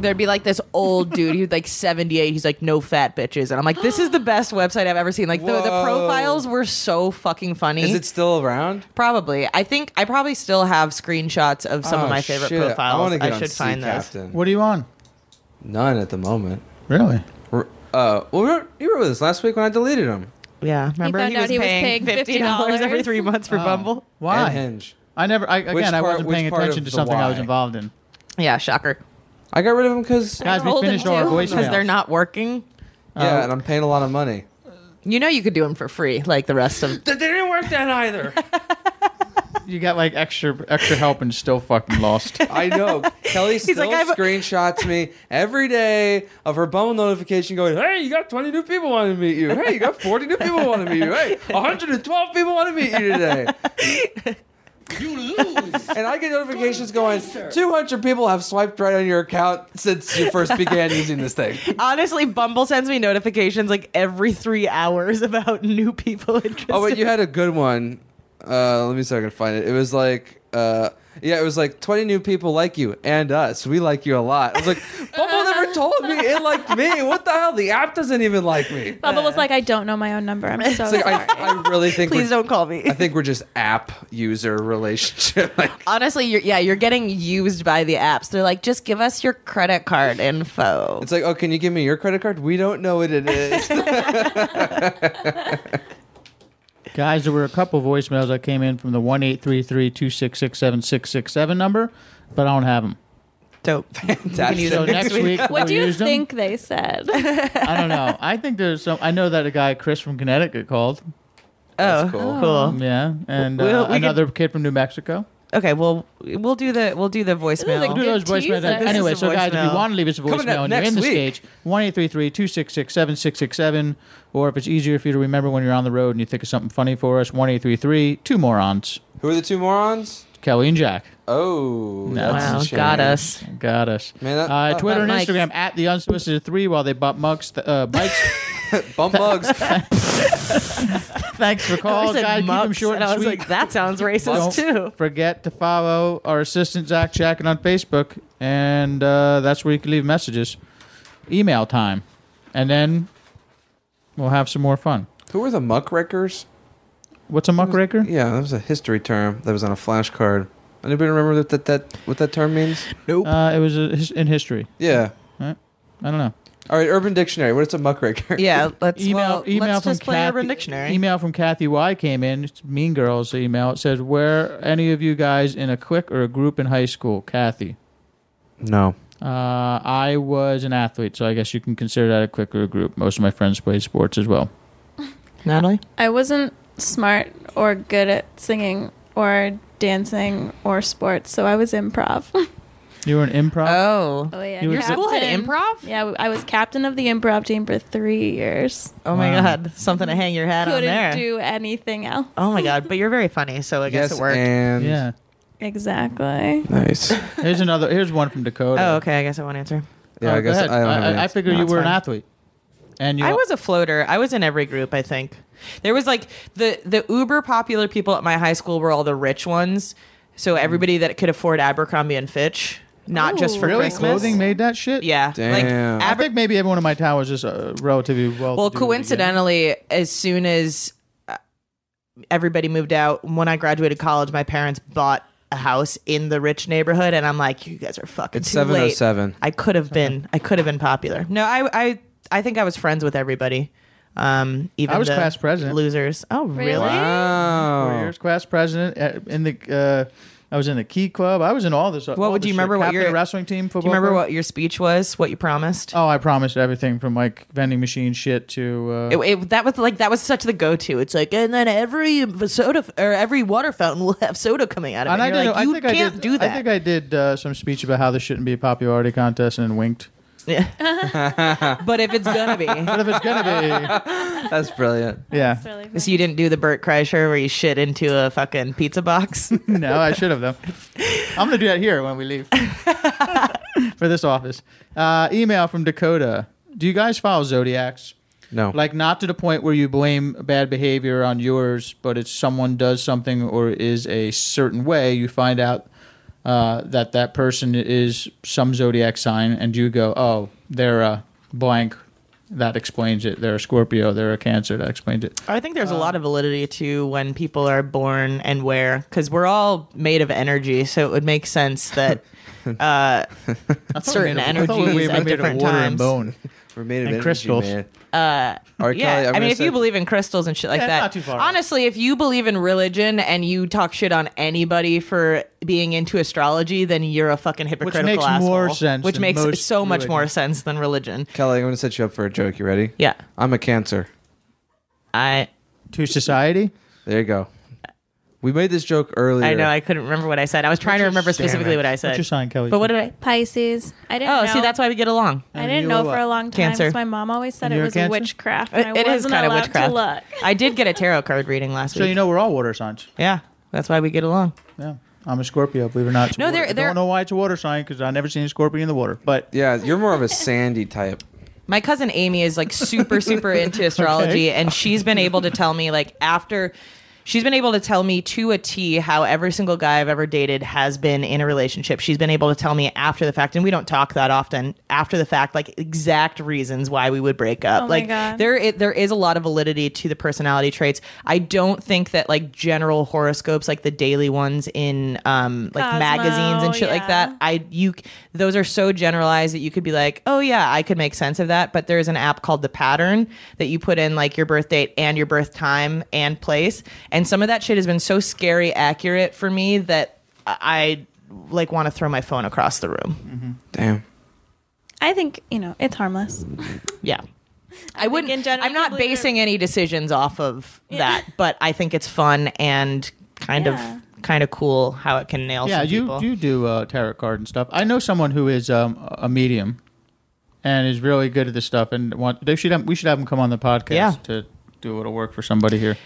S1: there'd be like this old dude he was like 78 he's like no fat bitches and i'm like this is the best website i've ever seen like the, the
S3: Whoa.
S1: profiles were so fucking funny
S3: Is it still around?
S1: probably i think i probably still have screenshots of some
S3: Oh,
S1: of my favorite
S3: shit. I,
S1: profiles
S3: wanna
S1: i,
S3: get on
S1: should
S3: Sea
S1: find those
S3: Captain.
S2: What are you on?
S3: None at the moment.
S2: Really?
S3: R- Uh, well, we were, you were with us last week when I deleted him.
S1: yeah remember
S6: found
S1: he,
S6: out
S1: was,
S6: he was
S1: paying
S6: paying Oh.
S1: $50 every
S6: $50
S1: three months for bumble
S3: And
S2: Why?
S3: Hinge.
S2: I never. I, again,
S3: Which
S2: I
S3: part-
S2: wasn't
S3: which
S2: paying
S3: part
S2: attention
S3: of
S2: to
S3: the
S2: something I was
S3: why?
S2: involved in.
S1: yeah shocker
S3: I got rid of him because
S2: Guys, we
S6: Old
S2: finished
S6: and
S2: all our
S6: too.
S2: voicemails.
S1: because they're not working
S3: yeah, and I'm paying a lot of money.
S1: you know you could do them for free like the rest of
S3: They didn't work that either.
S2: You got like extra extra help and still fucking lost.
S3: I know. Kelly still
S1: like, "I've-"
S3: screenshots me every day of her bumble notification going, Hey, you got 20 new people wanting to meet you. Hey, you got 40 new people wanting to meet you. Hey, 112 people want to meet you today. You lose. And I get notifications going, 200 people have swiped right on your account since you first began using this thing.
S1: honestly bumble sends me notifications like every three hours about new people interested
S3: Oh, wait, you had a good one. Uh, let me see if I can find it. It was like, uh, yeah, it was like 20 new people like you and us. We like you a lot. I was like, Bumble never told me it liked me. What the hell? The app doesn't even like me.
S1: Oh,
S6: Bubba was like, I don't know my own number. I'm so
S3: It's like,
S6: sorry.
S3: I, I really think
S1: please
S3: we're,
S1: don't call me
S3: I think we're just app user relationship. Like,
S1: honestly you're yeah you're getting used by the apps they're like just give us your credit card info
S3: it's like, oh, can you give me your credit card? We don't know what it is.
S2: Guys, there were a couple voicemails that came in from the one eight three three two six six seven six six seven number, but I don't have them.
S1: dope
S3: Fantastic.
S2: So next week,
S6: what
S2: we'll
S6: do you
S2: use 'em.
S6: think they said?
S2: I don't know. I think there's some. I know that a guy Chris from Connecticut called.
S1: oh
S3: cool.
S1: cool.
S2: Yeah, and uh,
S1: Well, we could-
S2: another kid from New Mexico.
S1: okay well we'll do the we'll do the voicemail
S2: We'll do those
S6: Good
S2: voicemail.
S6: teaser. This
S2: Anyway,
S1: is a
S2: so guys, if
S1: voicemail.
S2: you want to leave us a
S3: Coming up
S2: voicemail and you're
S3: next
S2: in the
S3: week.
S2: stage, 1-833-266-7667, or if it's easier for you to remember when you're on the road and you think of something funny for us, 1-833-2 morons.
S3: Who are the two morons?
S2: Kelly and Jack.
S3: Oh, that's a
S1: wow
S3: shame.
S1: got us
S2: Got us.
S3: Man, that-
S2: uh,
S3: that-
S2: Twitter
S1: that
S2: and
S1: mic-
S2: Instagram at the unsolicited three while they bump mugs, th- uh, bikes.
S3: Bump mugs.
S2: Thanks for
S1: I
S2: calling,
S1: said
S2: guys. Keep them
S1: mucks,
S2: short
S1: and
S2: and,
S1: I was
S2: sweet.
S1: like that sounds
S2: Don't
S1: racist too
S2: forget to follow our assistant Zach Chackin on Facebook, and uh, that's where you can leave messages. Email time, and then we'll have some more fun.
S3: Who are the muckrakers?
S2: What's a muckraker?
S1: e-
S3: Yeah, that was a history term that was on a flashcard. Anybody remember what
S1: Uh,
S3: that, that what that term means?
S2: Uh, it was a, his- in history.
S3: Yeah.
S2: I don't know.
S3: All right, Urban Dictionary. What is a muckraker?
S1: Yeah, let's
S2: email
S1: well,
S2: email
S1: let's
S2: from
S1: just play
S2: Kathy,
S1: Urban Dictionary.
S2: Email from Kathy Y came in. It's mean Girls email. It says, "Were any of you guys in a clique or a group in high school?" Kathy,
S3: No.
S2: uh, I was an athlete, so I guess you can consider that a clique or a group. Most of my friends played sports as well.
S1: Natalie,
S6: I wasn't smart or good at singing or dancing or sports, so I was improv.
S2: You were an improv.
S1: oh,
S6: oh yeah,
S2: You were
S1: your school had
S6: captain.
S1: improv.
S6: Yeah, I was captain of the improv team for three years.
S1: Oh my
S2: Wow.
S1: god, something to hang your hat on there.
S6: Couldn't do anything else.
S1: oh my god, but you're very funny, so I guess
S3: yes,
S1: it worked.
S3: and
S2: yeah.
S6: Exactly.
S3: nice. yeah,
S2: Here's another. Here's one from Dakota.
S1: oh, okay, I guess I won't answer.
S2: Oh,
S3: I
S2: go
S3: guess I
S2: ahead.
S3: don't have
S2: I,
S3: an
S2: I,
S3: answer.
S2: figured
S1: No,
S2: you
S1: it's
S2: were an
S1: fine.
S2: athlete, and you.
S1: I was a floater. I was in every group, I think. There was like the the uber popular people at my high school were all the rich ones. So
S2: Mm.
S1: everybody that could afford Abercrombie and Fitch, not just for
S2: really
S1: Christmas.
S2: clothing made that shit.
S1: yeah.
S3: Damn.
S1: Like
S2: I
S1: Aber-
S2: think maybe everyone in my town was just uh, relatively well.
S1: well, coincidentally, as soon as uh, everybody moved out, when I graduated college, my parents bought a house in the rich neighborhood and I'm like, you guys are fucking
S3: It's
S1: too
S2: oh
S1: late.
S3: 707.
S1: I could have been I could have been popular. No, I I I think I was friends with everybody. Um, even
S2: I was
S1: the
S2: class president.
S1: Losers. Oh, really?
S2: four
S1: Oh.
S3: Wow.
S2: years class president at, in the. Uh, I was in the key club. I was in all this. What
S1: would you remember what
S2: Captain
S1: your-
S2: of wrestling team football?
S1: Do you remember
S2: club.
S1: what your speech was? What you promised?
S2: Oh, I promised everything from like vending machine shit to. Uh,
S1: It, it- that was like that was such the go-to. It's like, and then every soda f- or every water fountain will have soda coming out of
S2: and
S1: it.
S2: I
S1: And
S2: did.
S1: you're like,
S2: I
S1: you
S2: think I
S1: can't
S2: did,
S1: do that.
S2: I think I did uh, some speech about how this shouldn't be a popularity contest and winked.
S1: but if it's gonna be,
S2: But if it's gonna
S3: That's brilliant.
S2: be, yeah.
S6: Really
S1: so you didn't do the Burt Kreischer where you shit into a fucking pizza box.
S2: No, I should have though. I'm gonna do that here when we leave for this office. Uh, email from Dakota. Do you guys follow zodiacs?
S3: No.
S2: Like not to the point where you blame bad behavior on yours, but it's someone does something or is a certain way. You find out uh, that that person is some zodiac sign, and you go, "Oh, they're a blank." That explains it. They're a Scorpio. They're a Cancer. That explains it.
S1: I think there's a
S2: Um,
S1: lot of validity to when people are born and where, because we're all made of energy, so it would make sense that uh,
S2: I thought we
S1: certain
S2: made a- I thought we
S1: energies
S2: made a-
S1: at different
S2: water
S1: times.
S2: and bone.
S3: We're made of
S2: And
S3: energy,
S2: crystals.
S3: man.
S1: Uh,
S3: All right, Kelly,
S1: yeah,
S3: I'm
S1: I
S3: gonna
S1: mean, if
S3: say-
S1: you believe in crystals and shit like
S2: Yeah,
S1: that,
S2: not too far off.
S1: honestly, if you believe in religion and you talk shit on anybody for being into astrology, then you're a fucking hypocritical
S2: makes
S1: asshole.
S2: more sense
S1: which
S2: than
S1: makes
S2: most
S1: so much
S2: religions.
S1: more sense than religion.
S3: Kelly, I'm going to set you up for a joke. You ready?
S1: Yeah,
S3: I'm a cancer.
S1: I
S2: to society.
S3: There you go. We made this joke earlier.
S1: I know I couldn't remember what I said. I was trying to remember specifically what I said.
S2: What's your sign, Kelly?
S1: But what did I?
S6: Pisces. I didn't
S1: Oh,
S6: know.
S1: see, that's why we get along.
S6: I
S2: And you
S6: didn't know
S2: were
S6: for a
S2: what?
S6: long time. 'cause
S1: uh, Cancer.
S6: My mom always said
S2: And
S6: it
S2: you're
S6: was
S2: cancer?
S6: witchcraft, and I
S1: It is
S6: wasn't
S1: kind of
S6: allowed
S1: witchcraft.
S6: to look.
S1: I did get a tarot card reading last
S2: So
S1: week.
S2: you know we're all water signs.
S1: yeah, that's why we get along.
S2: Yeah, I'm a Scorpio. Believe it or not. It's
S1: No,
S2: water.
S1: they're-
S2: I
S1: they're-
S2: don't know why it's a water sign because I've never seen a scorpion in the water. But
S3: Yeah, you're more of a sandy type.
S1: my cousin Amy is like super super into astrology and she's been able to tell me like after she's been able to tell me to a T how every single guy I've ever dated has been in a relationship. She's been able to tell me after the fact and we don't talk that often after the fact like exact reasons why we would break up.
S6: Oh my
S1: like
S6: God.
S1: there i- there is a lot of validity to the personality traits. I don't think that like general horoscopes like the daily ones in um like
S6: Cosmo,
S1: magazines and shit like
S6: yeah.
S1: that I you those are so generalized that you could be like, oh yeah, I could make sense of that. But there's an app called The Pattern that you put in like your birth date and your birth time and place, and some of that shit has been so scary accurate for me that I I, like want to throw my phone across the room.
S3: Damn.
S6: I think you know it's harmless.
S1: Yeah. I, wouldn't.
S6: in general,
S1: I'm not
S6: people either-
S1: basing any decisions off of that, but I think it's fun and kind
S6: Yeah.
S1: of kind of cool how it can nail.
S2: yeah,
S1: some
S2: you
S1: people.
S2: you do uh, tarot card and stuff. I know someone who is um, a medium, and is really good at this stuff. And want they should have, we should have him come on the podcast
S1: Yeah.
S2: to do a little work for somebody here.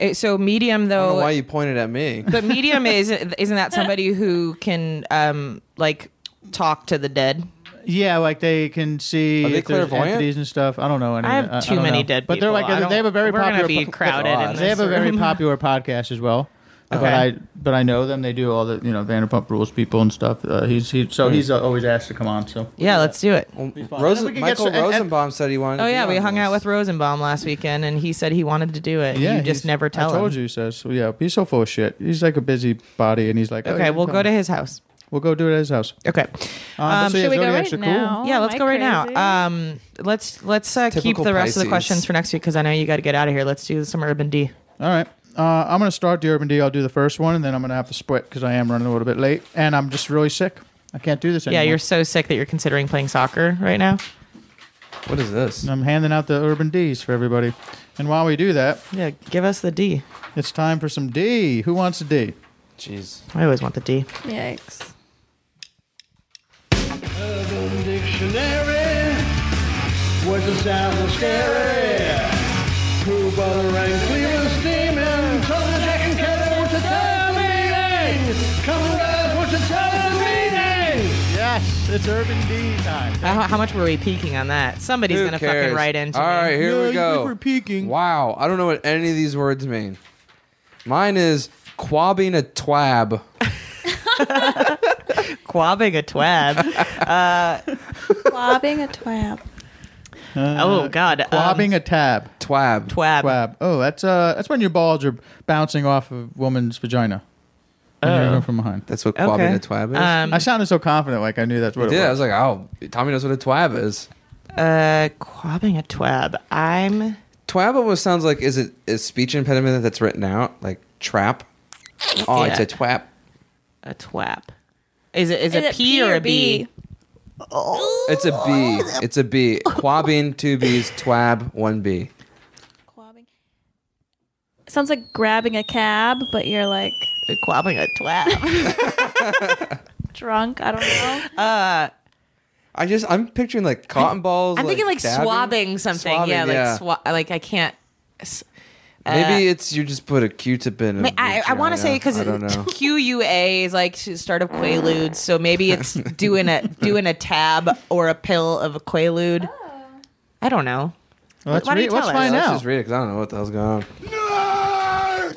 S1: Eh, so medium
S3: I don't
S1: though.
S3: know why you pointed at me.
S1: But medium is isn't that somebody who can um like talk to the dead?
S2: Yeah, like they can see
S3: Are they
S2: if there's
S3: clairvoyant?
S2: entities and stuff. I don't know. Any,
S1: I have too
S2: don't
S1: many
S2: know.
S1: dead
S2: But they're
S1: people. I
S2: like
S1: don't-
S2: they have a very
S1: we're gonna
S2: popular.
S1: be
S2: po-
S1: crowded in
S2: They have
S1: this
S2: a very
S1: room.
S2: popular podcast as well. But
S1: Okay.
S2: I but I know them. They do all the you know Vanderpump Rules people and stuff. Uh, he's he, so
S3: Hmm.
S2: he's uh, always asked to come on. So
S1: Yeah, let's do it.
S3: Well,
S2: fine. And
S3: Rosen-
S2: we can get
S3: Michael
S2: some- and- and-
S3: Rosenbaum said he wanted.
S1: Oh
S3: to
S1: yeah,
S3: be
S1: we
S3: on
S1: hung out
S3: this.
S1: with Rosenbaum last weekend, and he said he wanted to do it. you just
S2: he's-
S1: never tell
S2: I told
S1: him.
S2: you, he says. So, yeah, he's so full of shit. He's like a busy body, and he's like, oh,
S1: Okay,
S2: yeah,
S1: we'll
S2: come
S1: go to
S2: on.
S1: his house.
S2: We'll go do it at his house.
S1: Okay. Uh,
S2: Um, so yeah,
S6: Should we go
S2: Zodiacs
S6: right
S2: are cool.
S6: now?
S1: yeah,
S6: Am
S1: let's
S6: I
S1: go right
S6: Oh, crazy?
S1: now. Um, let's let's uh, keep
S3: Typical
S1: the rest of the
S3: Pisces.
S1: questions for next week because I know you got to get out of here. Let's do some Urban D.
S2: All right. Uh, I'm going to start the Urban D. I'll do the first one, and then I'm going to have to split because I am running a little bit late, and I'm just really sick. I can't do this
S1: Yeah,
S2: anymore.
S1: you're so sick that you're considering playing soccer right now.
S3: What is this?
S2: I'm handing out the Urban D's for everybody. And while we do that,
S1: Yeah, give us the D.
S2: it's time for some D. Who wants a D?
S3: Jeez.
S1: I always want the D.
S6: Yikes.
S2: Yes, it's Urban D time.
S1: How, how much were we peaking on that? Somebody's
S3: Who
S1: gonna
S3: cares?
S1: fucking write into
S3: All
S1: me.
S3: right, here
S2: Yeah,
S3: we
S2: you
S3: go.
S2: think we're peaking.
S3: Wow, I don't know what any of these words mean. Mine is quabbing a twab.
S1: Quabbing a twab.
S6: Blobbing a twab.
S1: oh God. um,
S2: Quabbing Uh, a tab.
S3: Twab.
S1: twab.
S2: Quab. Oh, that's uh, that's when your balls are bouncing off a woman's vagina. When you're going from behind.
S3: That's what quabbing
S1: Okay.
S3: a twab is.
S1: Oh. Um,
S2: I sounded so confident, like I knew that's what it
S3: yeah, I
S2: was.
S3: was like, oh, Tommy knows what a twab is.
S1: uh, quabbing a twab. I'm.
S3: Twab almost sounds like is it is speech impediment that's written out like trap. Oh, it's
S1: Yeah.
S3: a twap.
S1: a twap. Is it is, it a P or a B?
S3: It's a B. It's a B. Quabbing two B's. Twab one B.
S6: Quabbing. Sounds like grabbing a cab, but you're like
S1: Quabbing a twab.
S6: drunk. I don't know.
S3: I just I'm picturing like cotton balls.
S1: I'm thinking like
S3: dabbing.
S1: swabbing something.
S3: Swabbing,
S1: yeah, like swa- like I can't. s- uh,
S3: Maybe it's you just put a Q-tip in. a
S1: I, I want to
S3: vagina.
S1: say because
S3: I don't know.
S1: QUA is like to start of Quaaludes, so maybe it's doing a doing a tab or a pill of a Quaalude.
S3: Oh.
S1: I don't know.
S2: Well, let's
S1: Why don't
S2: read,
S1: you
S2: let's
S1: tell us?
S2: find
S3: Let's
S2: out.
S3: just read it because I don't know what the hell's going on.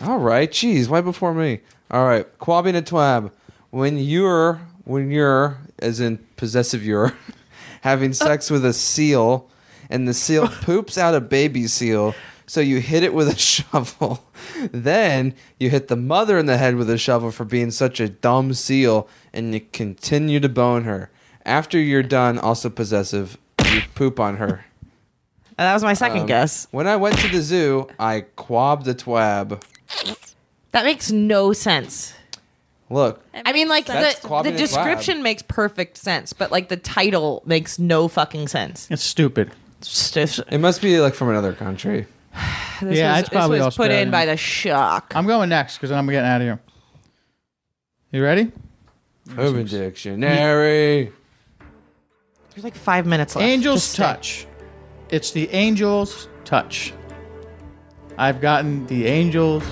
S3: All right, jeez, why before me? All right, quabbing a twab. When you're, when you're, as in possessive you're, having sex with a seal, and the seal poops out a baby seal, so you hit it with a shovel. Then you hit the mother in the head with a shovel for being such a dumb seal, and you continue to bone her. After you're done, also possessive, you poop on her.
S1: Uh, That was my second
S3: Um,
S1: guess.
S3: When I went to the zoo, I quabbed a twab.
S1: That makes no sense.
S3: Look,
S1: I mean, like
S3: That's
S1: the,
S3: quabbing
S1: the
S3: a twab.
S1: description makes perfect sense, but like the title makes no fucking sense.
S2: It's stupid.
S1: Stiff-
S3: it must be like from another country.
S1: This
S2: Yeah,
S1: was,
S2: it's probably
S1: this was put in
S2: Australian.
S1: by the shock.
S2: I'm going next because I'm getting out of here. You ready?
S3: Urban Dictionary.
S1: There's like five minutes left.
S2: Angel's
S1: Just stay.
S2: touch. It's the angel's touch. I've gotten the angel's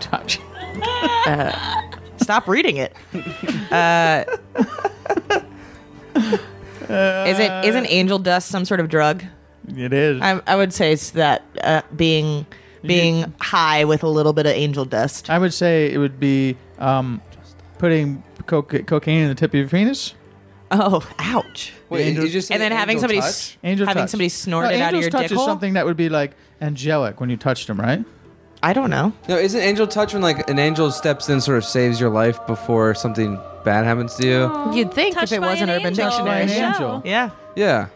S2: touch.
S1: Stop reading it. Uh, is it isn't angel dust some sort of drug?
S2: It is.
S1: I, I would say it's that uh, being being high with a little bit of angel dust.
S2: I would say it would be um, putting coca- cocaine in the tip of your penis.
S1: Oh, ouch!
S3: Wait,
S2: angel-
S3: you just say
S1: And then having
S3: angel
S1: somebody
S3: touch?
S1: s-
S2: Angel
S1: having
S2: touch.
S1: somebody snort
S2: No,
S1: it out of
S2: angel's
S1: your
S2: touch
S1: dick
S2: is
S1: hole.
S2: something that would be like angelic when you touched them, right?
S1: I don't know.
S3: No, isn't angel touch when like an angel steps in, sort of saves your life before something bad happens to you?
S1: You'd think if
S6: Touched
S1: it
S6: by
S1: wasn't
S6: an
S1: Urban
S6: angel.
S2: By an
S1: Dictionary.
S6: Yeah.
S2: angel.
S1: Yeah,
S3: Yeah.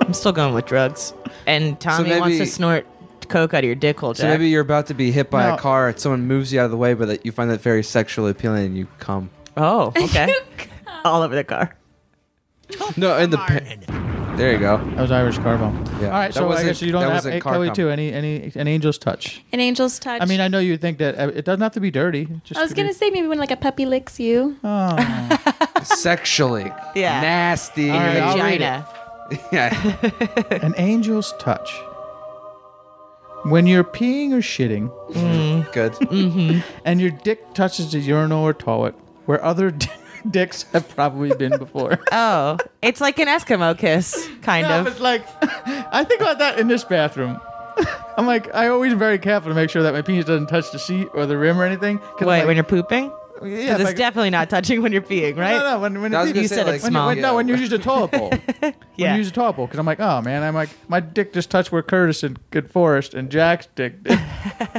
S1: I'm still going with drugs. And Tommy wants to
S3: maybe-
S1: snort coke out of your dick hole,
S3: So
S1: Jack.
S3: maybe you're about to be hit by
S2: No.
S3: a car, and someone moves you out of the way, but that you find that very sexually appealing, and you come.
S1: oh, okay. All over the car.
S3: No, in the. Pa- there you go.
S2: That was Irish car bomb.
S3: Yeah,
S2: All right,
S3: that
S2: so I
S3: wasn't-
S2: guess you don't
S3: that
S2: have
S3: wasn't
S2: hey,
S3: car
S2: Chloe
S3: bomb.
S2: too. Any any an angel's touch.
S6: An angel's touch.
S2: I mean, I know you think that uh, it doesn't have to be dirty. It Just
S6: I was
S2: could
S6: gonna
S2: be-
S6: say maybe when like a puppy licks you.
S1: Oh.
S3: Sexually.
S1: Yeah.
S3: Nasty.
S2: All right, I'll read
S1: Vagina.
S3: Yeah.
S2: An angel's touch. When you're peeing or shitting,
S3: Good.
S2: and your dick touches the urinal or toilet where other d- dicks have probably been before.
S1: Oh, it's like an Eskimo kiss, kind
S2: No,
S1: of.
S2: but like, I think about that in this bathroom. I'm like, I always very careful to make sure that my penis doesn't touch the seat or the rim or anything. 'Cause I'm
S1: Wait,
S2: like,
S1: when you're pooping?
S2: yeah,
S1: Because
S2: if
S1: it's
S2: I-
S1: definitely not touching when you're peeing, right?
S2: No, no, when, when
S3: I was
S2: it-
S3: gonna
S1: You
S3: say,
S1: said
S3: like,
S1: it's
S2: when,
S1: small.
S2: when- no, when you use a toilet bowl. When
S1: Yeah.
S2: you use a toilet bowl, because I'm like, oh man, I'm like, my dick just touched where Curtis and Good Forest and Jack's dick. Did.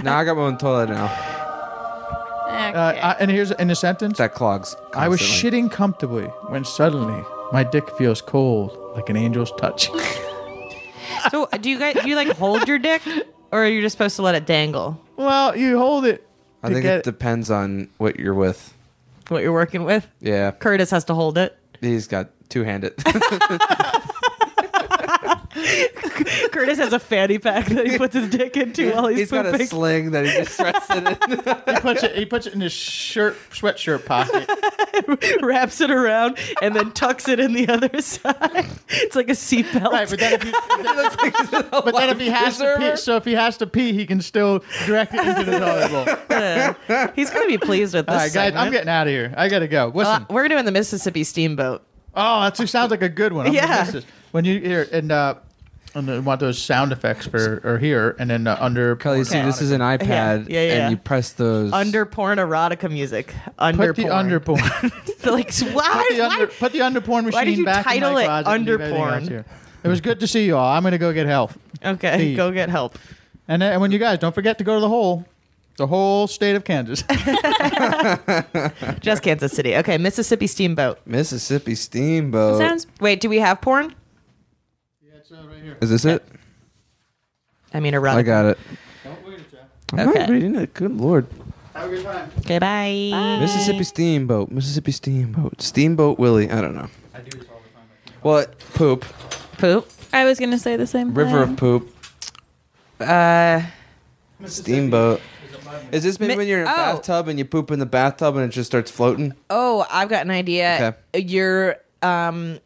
S3: now I got my own toilet now.
S6: Okay.
S2: Uh, I- and here's in a sentence.
S3: That clogs.
S2: I was
S3: constantly.
S2: shitting comfortably when suddenly my dick feels cold like an angel's touch.
S1: So do you guys do you like hold your dick or are you just supposed to let it dangle?
S2: well, you hold it.
S3: I
S2: to
S3: think
S2: get-
S3: it depends on what you're with.
S1: What you're working with?
S3: Yeah,
S1: Curtis has to hold it.
S3: he's got two-handed.
S1: Curtis has a fanny pack that he puts his dick into while he's,
S3: he's got
S1: pooping.
S3: a sling that he just rests it in.
S2: he, puts it, he puts it in his shirt sweatshirt pocket.
S1: wraps it around and then tucks it in the other side. It's like a seatbelt.
S2: right, but then if you, but then if he has to pee,
S3: preserver.
S2: so if he has to pee, he can still direct it into the toilet bowl.
S1: He's gonna be pleased with this.
S2: All right, guys, I'm
S1: segment.
S2: getting out of here. I gotta go.
S1: Uh,
S2: Listen,
S1: we're doing the Mississippi steamboat.
S2: oh, that sounds like a good one. I'm gonna
S1: Yeah.
S2: miss this. When you hear and uh, and I want those sound effects for or here and then uh, under
S3: Kelly, see,
S1: Okay.
S3: this is an iPad,
S1: Yeah, yeah, yeah.
S3: and you press those
S1: Under porn erotica music. Under
S2: put the
S1: porn.
S2: under porn.
S1: So, like so why,
S2: put the under,
S1: why-
S2: put the under porn machine
S1: why did you
S2: back in
S1: title
S2: my
S1: it
S2: closet and leave
S1: under
S2: everything
S1: porn?
S2: else here. It was good to see you all. I'm going to go get help.
S1: Okay,
S2: Steve.
S1: go get help.
S2: And, and when you guys, don't forget to go to the hole. The whole state of Kansas.
S1: Just Kansas City. Okay, Mississippi steamboat.
S3: Mississippi Steamboat.
S6: Sounds
S1: Wait, do we have porn?
S3: is this it?
S1: I mean erotica.
S3: I got it. I'm not
S1: Okay.
S3: reading it. Good lord.
S1: Okay, bye.
S3: Mississippi Steamboat. Mississippi Steamboat. Steamboat Willie. I don't know. I do this all the time. What? Poop.
S1: Poop.
S6: I was gonna say the same.
S3: River
S6: thing.
S3: of poop.
S1: Uh
S3: Steamboat. Is this maybe
S1: Mi-
S3: when you're in a
S1: oh.
S3: bathtub and you poop in the bathtub and it just starts floating?
S1: Oh, I've got an idea. You're um,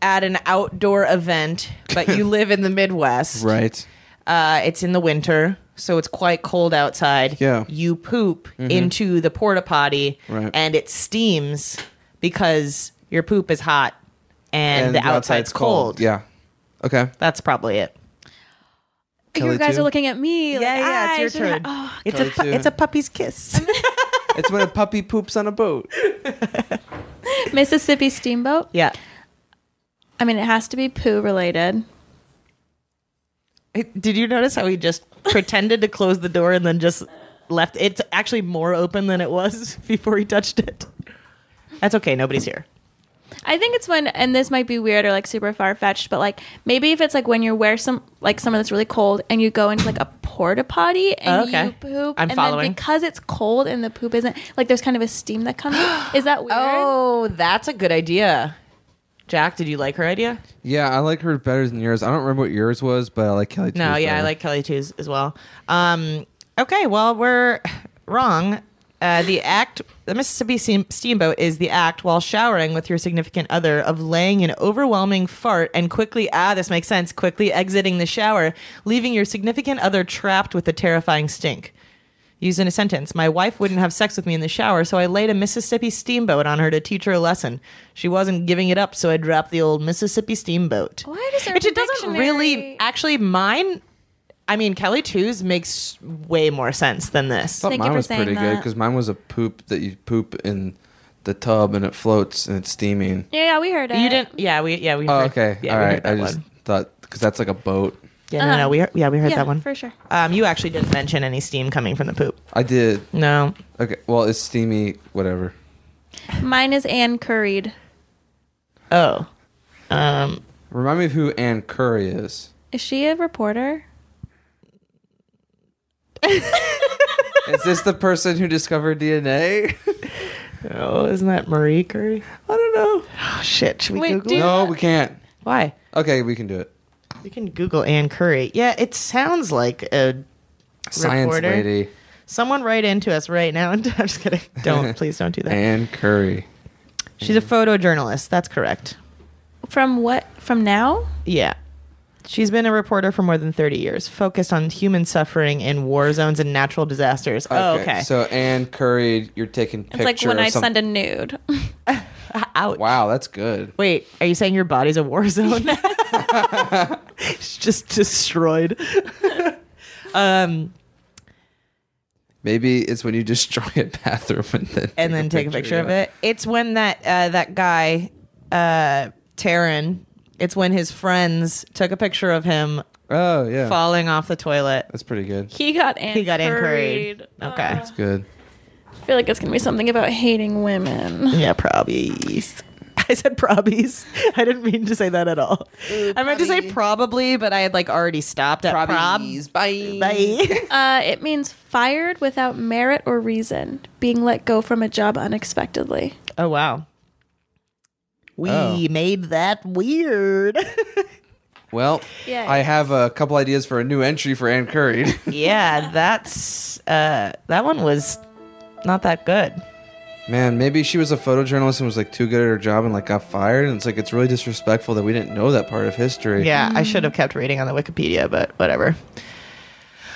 S1: at an outdoor event, but you live in the Midwest.
S3: Right.
S1: Uh, it's in the winter, so it's quite cold outside.
S3: Yeah.
S1: You poop into the porta potty,
S3: Right.
S1: and it steams because your poop is hot and, the outside's cold.
S3: Yeah. Okay.
S1: That's probably it.
S3: Kelly
S6: you guys
S3: too?
S6: are looking at me. like, I
S1: it's your
S6: should have-
S1: turn.
S6: oh,
S1: it's a pu-
S3: too.
S1: it's a puppy's kiss.
S3: it's when a puppy poops on a boat.
S6: Mississippi Steamboat.
S1: yeah.
S6: I mean, it has to be poo related.
S1: It- Did you notice how he just pretended to close the door and then just left? It's actually more open than it was before he touched it. That's okay. Nobody's here.
S6: I think it's when, and this might be weird or like super far fetched, but like maybe if it's like when you wear some like somewhere that's really cold and you go into like a porta potty and
S1: Oh, Okay.
S6: you poop,
S1: I'm
S6: and
S1: following.
S6: then because it's cold and the poop isn't like there's kind of a steam that comes. in. Is that weird?
S1: Oh, that's a good idea. Jack, did you like her idea?
S3: Yeah, I like her better than yours. I don't remember what yours was, but I like Kelly.
S1: No,
S3: two's
S1: yeah, I
S3: better.
S1: like Kelly two's as well. Um, okay, well, we're wrong. Uh, the act, the Mississippi steam- Steamboat is the act while showering with your significant other of laying an overwhelming fart and quickly, ah, this makes sense, quickly exiting the shower, leaving your significant other trapped with a terrifying stink. Used in a sentence, my wife wouldn't have sex with me in the shower, so I laid a Mississippi steamboat on her to teach her a lesson. She wasn't giving it up, so I dropped the old Mississippi steamboat.
S6: Why does there
S1: Which it
S6: have a
S1: doesn't
S6: dictionary?
S1: really actually mine. I mean, Kelly twos makes way more sense than
S3: I
S1: this.
S3: thought
S6: Thank you
S3: mine
S6: for
S3: was
S6: saying
S3: pretty good
S6: that.
S3: because mine was a poop that you poop in the tub and it floats and it's steaming.
S6: Yeah, yeah, we heard it.
S1: You didn't? Yeah, we yeah we.
S3: Oh,
S1: heard-
S3: okay.
S1: Yeah,
S3: All
S1: we
S3: right.
S1: heard that
S3: I just
S1: one.
S3: thought because that's like a boat.
S1: Yeah, no, no, we heard, yeah we heard
S6: Yeah,
S1: that one
S6: for sure.
S1: Um, you actually didn't mention any steam coming from the poop.
S3: I did.
S1: No,
S3: Okay. Well, it's steamy. Whatever.
S6: Mine is Anne Curried.
S1: oh, um,
S3: Remind me of who Ann Curry is.
S6: Is she a reporter?
S3: Is this the person who discovered DNA?
S1: oh, isn't that Marie Curie?
S3: I don't know.
S1: Oh shit, should we
S6: Wait,
S1: Google?
S6: do-
S1: it?
S3: No, we can't.
S1: Why?
S3: Okay, we can do it.
S1: We can Google Anne Curry. Yeah, it sounds like a
S3: Science
S1: Reporter.
S3: lady
S1: someone write into us right now. And I'm just kidding. Don't please don't do that.
S3: Ann Curry.
S1: She's a photojournalist. That's correct.
S6: From what? From now?
S1: Yeah. She's been a reporter for more than 30 years, focused on human suffering in war zones and natural disasters. oh, okay.
S3: So Ann Curry, you're taking
S6: It's
S3: pictures.
S6: like when
S3: of
S6: I
S3: some-
S6: send a nude.
S1: Ouch.
S3: Wow, that's good.
S1: Wait, are you saying your body's a war zone? She's just destroyed. um,
S3: Maybe it's when you destroy a bathroom and then
S1: and then take a picture of it. It's when that uh, that guy, uh, Taryn, it's when his friends took a picture of him
S3: Oh yeah,
S1: falling off the toilet.
S3: that's pretty good.
S6: he got Anne.
S1: He got Anne Curried.
S6: Curried.
S1: Okay.
S3: That's good.
S6: I feel like it's gonna be something about hating women.
S1: Yeah, probies. I said probies. I didn't mean to say that at all. I meant to say probably, but I had like already stopped at probies.
S3: Bye.
S1: Bye.
S6: Uh, it means fired without merit or reason, being let go from a job unexpectedly.
S1: oh wow. We made that weird.
S3: Well,
S6: Yeah.
S3: I have a couple ideas for a new entry for Ann Curry.
S1: yeah, that's uh that one was not that good.
S3: Man, maybe she was a photojournalist and was like too good at her job and like got fired. And it's like it's really disrespectful that we didn't know that part of history.
S1: Yeah, I should have kept reading on the Wikipedia, but whatever.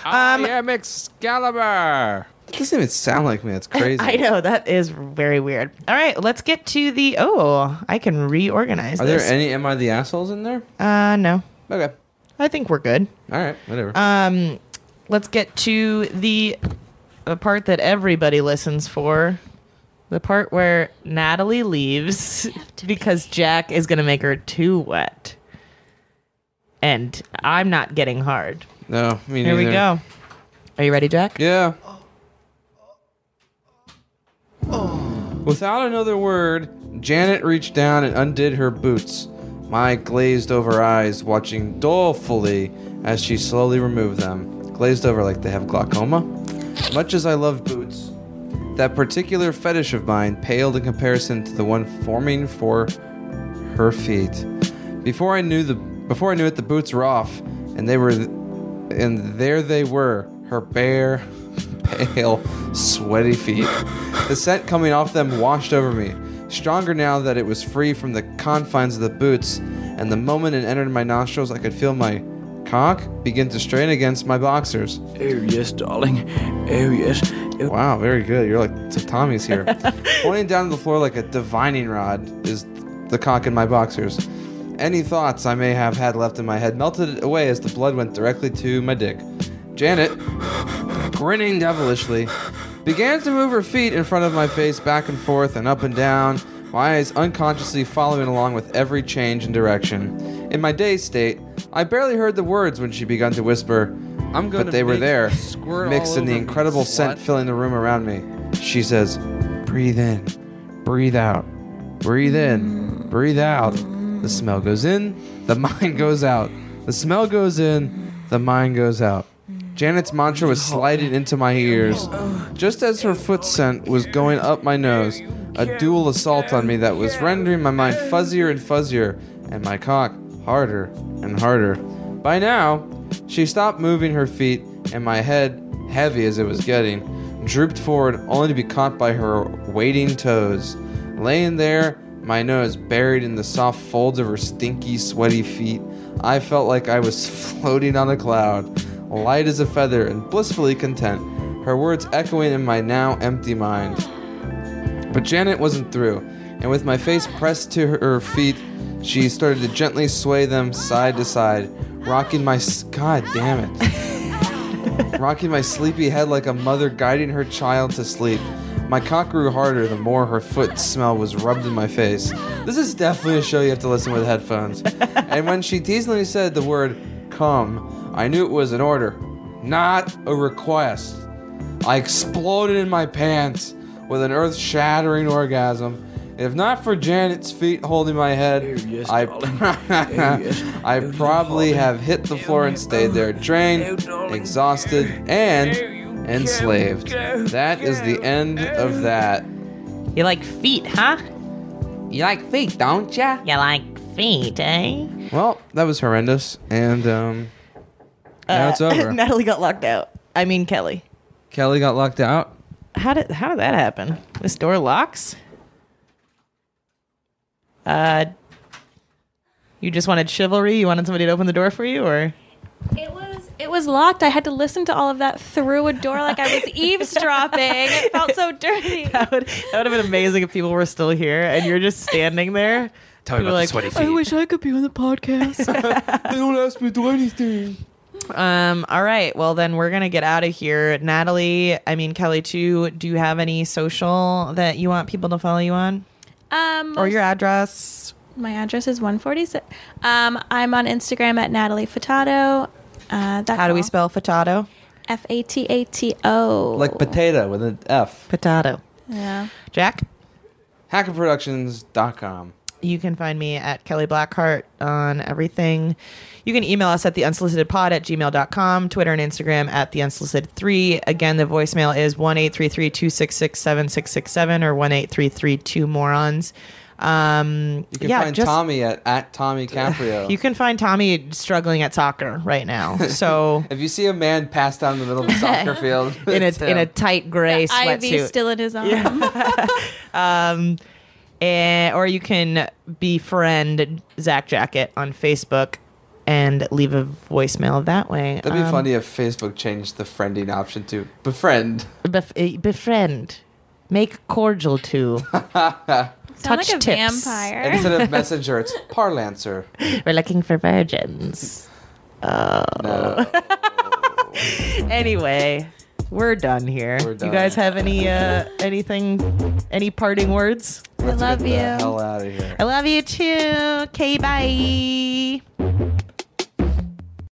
S3: Um, I am Excalibur. That doesn't even sound like me. That's crazy.
S1: I know that is very weird. All right, let's get to the oh, I can reorganize
S3: Are there
S1: this.
S3: any Am I the Assholes in there?
S1: uh no.
S3: Okay.
S1: I think we're good.
S3: All right. Whatever.
S1: Um, let's get to the, the part that everybody listens for. The part where Natalie leaves because Jack is going to make her too wet. And I'm not getting hard.
S3: no, me
S1: Here we
S3: neither.
S1: go. Are you ready, Jack?
S3: Yeah. Without another word, Janet reached down and undid her boots, my glazed over eyes watching dolefully as she slowly removed them. Glazed over like they have glaucoma? Much as I love boots, that particular fetish of mine paled in comparison to the one forming for her feet. Before I knew the before I knew it, the boots were off, and they were, and there they were, her bare, pale, sweaty feet. The scent coming off them washed over me, stronger now that it was free from the confines of the boots. And the moment it entered my nostrils, I could feel my cock begin to strain against my boxers.
S13: Oh, yes, darling. Oh, yes. Oh,
S3: Wow, very good. You're like so Tommy's here. Pointing down to the floor like a divining rod is the cock in my boxers. Any thoughts I may have had left in my head melted away as the blood went directly to my dick. Janet, grinning devilishly, began to move her feet in front of my face back and forth and up and down, my eyes unconsciously following along with every change in direction. In my dazed state, I barely heard the words when she began to whisper,
S13: I'm
S3: but they were
S13: make
S3: there,
S13: you squirt
S3: mixed
S13: all
S3: in the
S13: over me,
S3: incredible scent
S13: slut.
S3: filling the room around me. She says, Breathe in, breathe out, breathe in, breathe out. The smell goes in, the mind goes out. The smell goes in, the mind goes out. Janet's mantra was sliding into my ears. Just as her foot scent was going up my nose, a dual assault on me that was rendering my mind fuzzier and fuzzier, and my cock harder and harder. By now, she stopped moving her feet, and my head, heavy as it was getting, drooped forward only to be caught by her waiting toes. Laying there, my nose buried in the soft folds of her stinky, sweaty feet, I felt like I was floating on a cloud, light as a feather and blissfully content, her words echoing in my now empty mind. But Janet wasn't through, and with my face pressed to her feet, she started to gently sway them side to side, rocking my s- god damn it, rocking my sleepy head like a mother guiding her child to sleep. My cock grew harder the more her foot smell was rubbed in my face. This is definitely a show you have to listen with headphones. and when she teasingly said the word "come," I knew it was an order, not a request. I exploded in my pants with an earth shattering orgasm. If not for Janet's feet holding my head,
S13: yes,
S3: I,
S13: darling. Oh, yes.
S3: I
S13: Oh, yes,
S3: probably
S13: darling.
S3: have hit the floor and stayed there,
S13: Oh,
S3: drained,
S13: darling.
S3: exhausted, and enslaved.
S13: go,
S3: That is the end of that.
S1: You like feet, huh?
S3: You like feet, don't ya?
S1: You like feet, eh?
S3: Well, that was horrendous, and um, now it's over.
S1: Natalie got locked out. I mean, Kelly.
S3: Kelly got locked out.
S1: How did how did that happen? This door locks. Uh, you just wanted chivalry. You wanted somebody to open the door for you, or
S6: It was it was locked. I had to listen to all of that through a door like I was eavesdropping. It felt so dirty.
S1: that would that would have been amazing if people were still here and you're just standing there.
S13: Tell me
S1: People
S13: about
S1: like,
S13: the sweaty feet.
S6: I wish I could be on the podcast.
S3: They don't ask me to do anything.
S1: Um. All right. Well, then we're gonna get out of here. Natalie, I mean Kelly, too. Do you have any social that you want people to follow you on,
S6: um,
S1: or your address?
S6: my address is one forty six. Um, I'm on Instagram at Natalie Furtado. Uh, that's
S1: How do we
S6: all.
S1: spell furtado?
S6: F A T A T O.
S3: Like potato with an F.
S1: Potato.
S6: Yeah.
S1: Jack,
S3: Hackerproductions.com.
S1: you can find me at Kelly Blackheart on everything. You can email us at the unsolicited pod at gmail.com, Twitter and Instagram at the unsolicited three. Again, the voicemail is 1 833 266 7667 or 1 833 2 morons. Um,
S3: You can
S1: yeah,
S3: find
S1: just-
S3: Tommy at, at Tommy Caprio.
S1: You can find Tommy struggling at soccer right now. So.
S3: if you see a man pass down the middle of the soccer field
S1: In
S3: it's
S1: a, in a
S3: him.
S1: tight gray
S6: Ivy
S1: sweatsuit.
S6: still in his arm.
S1: Eh, or you can befriend Zach Jacket on Facebook and leave a voicemail that way.
S3: That'd be
S1: Um,
S3: funny if Facebook changed the friending option to befriend.
S1: Bef- eh, befriend. Make cordial to.
S6: Sound
S1: Touch
S6: like a
S1: tips.
S6: vampire.
S3: Instead of messenger, it's parlancer.
S1: We're looking for virgins.
S3: No.
S1: Anyway, we're done here.
S3: We're done.
S1: You guys have any uh, anything, any parting words?
S6: I love
S3: Get the
S6: you.
S3: hell out of here.
S1: I love you too. Okay, bye.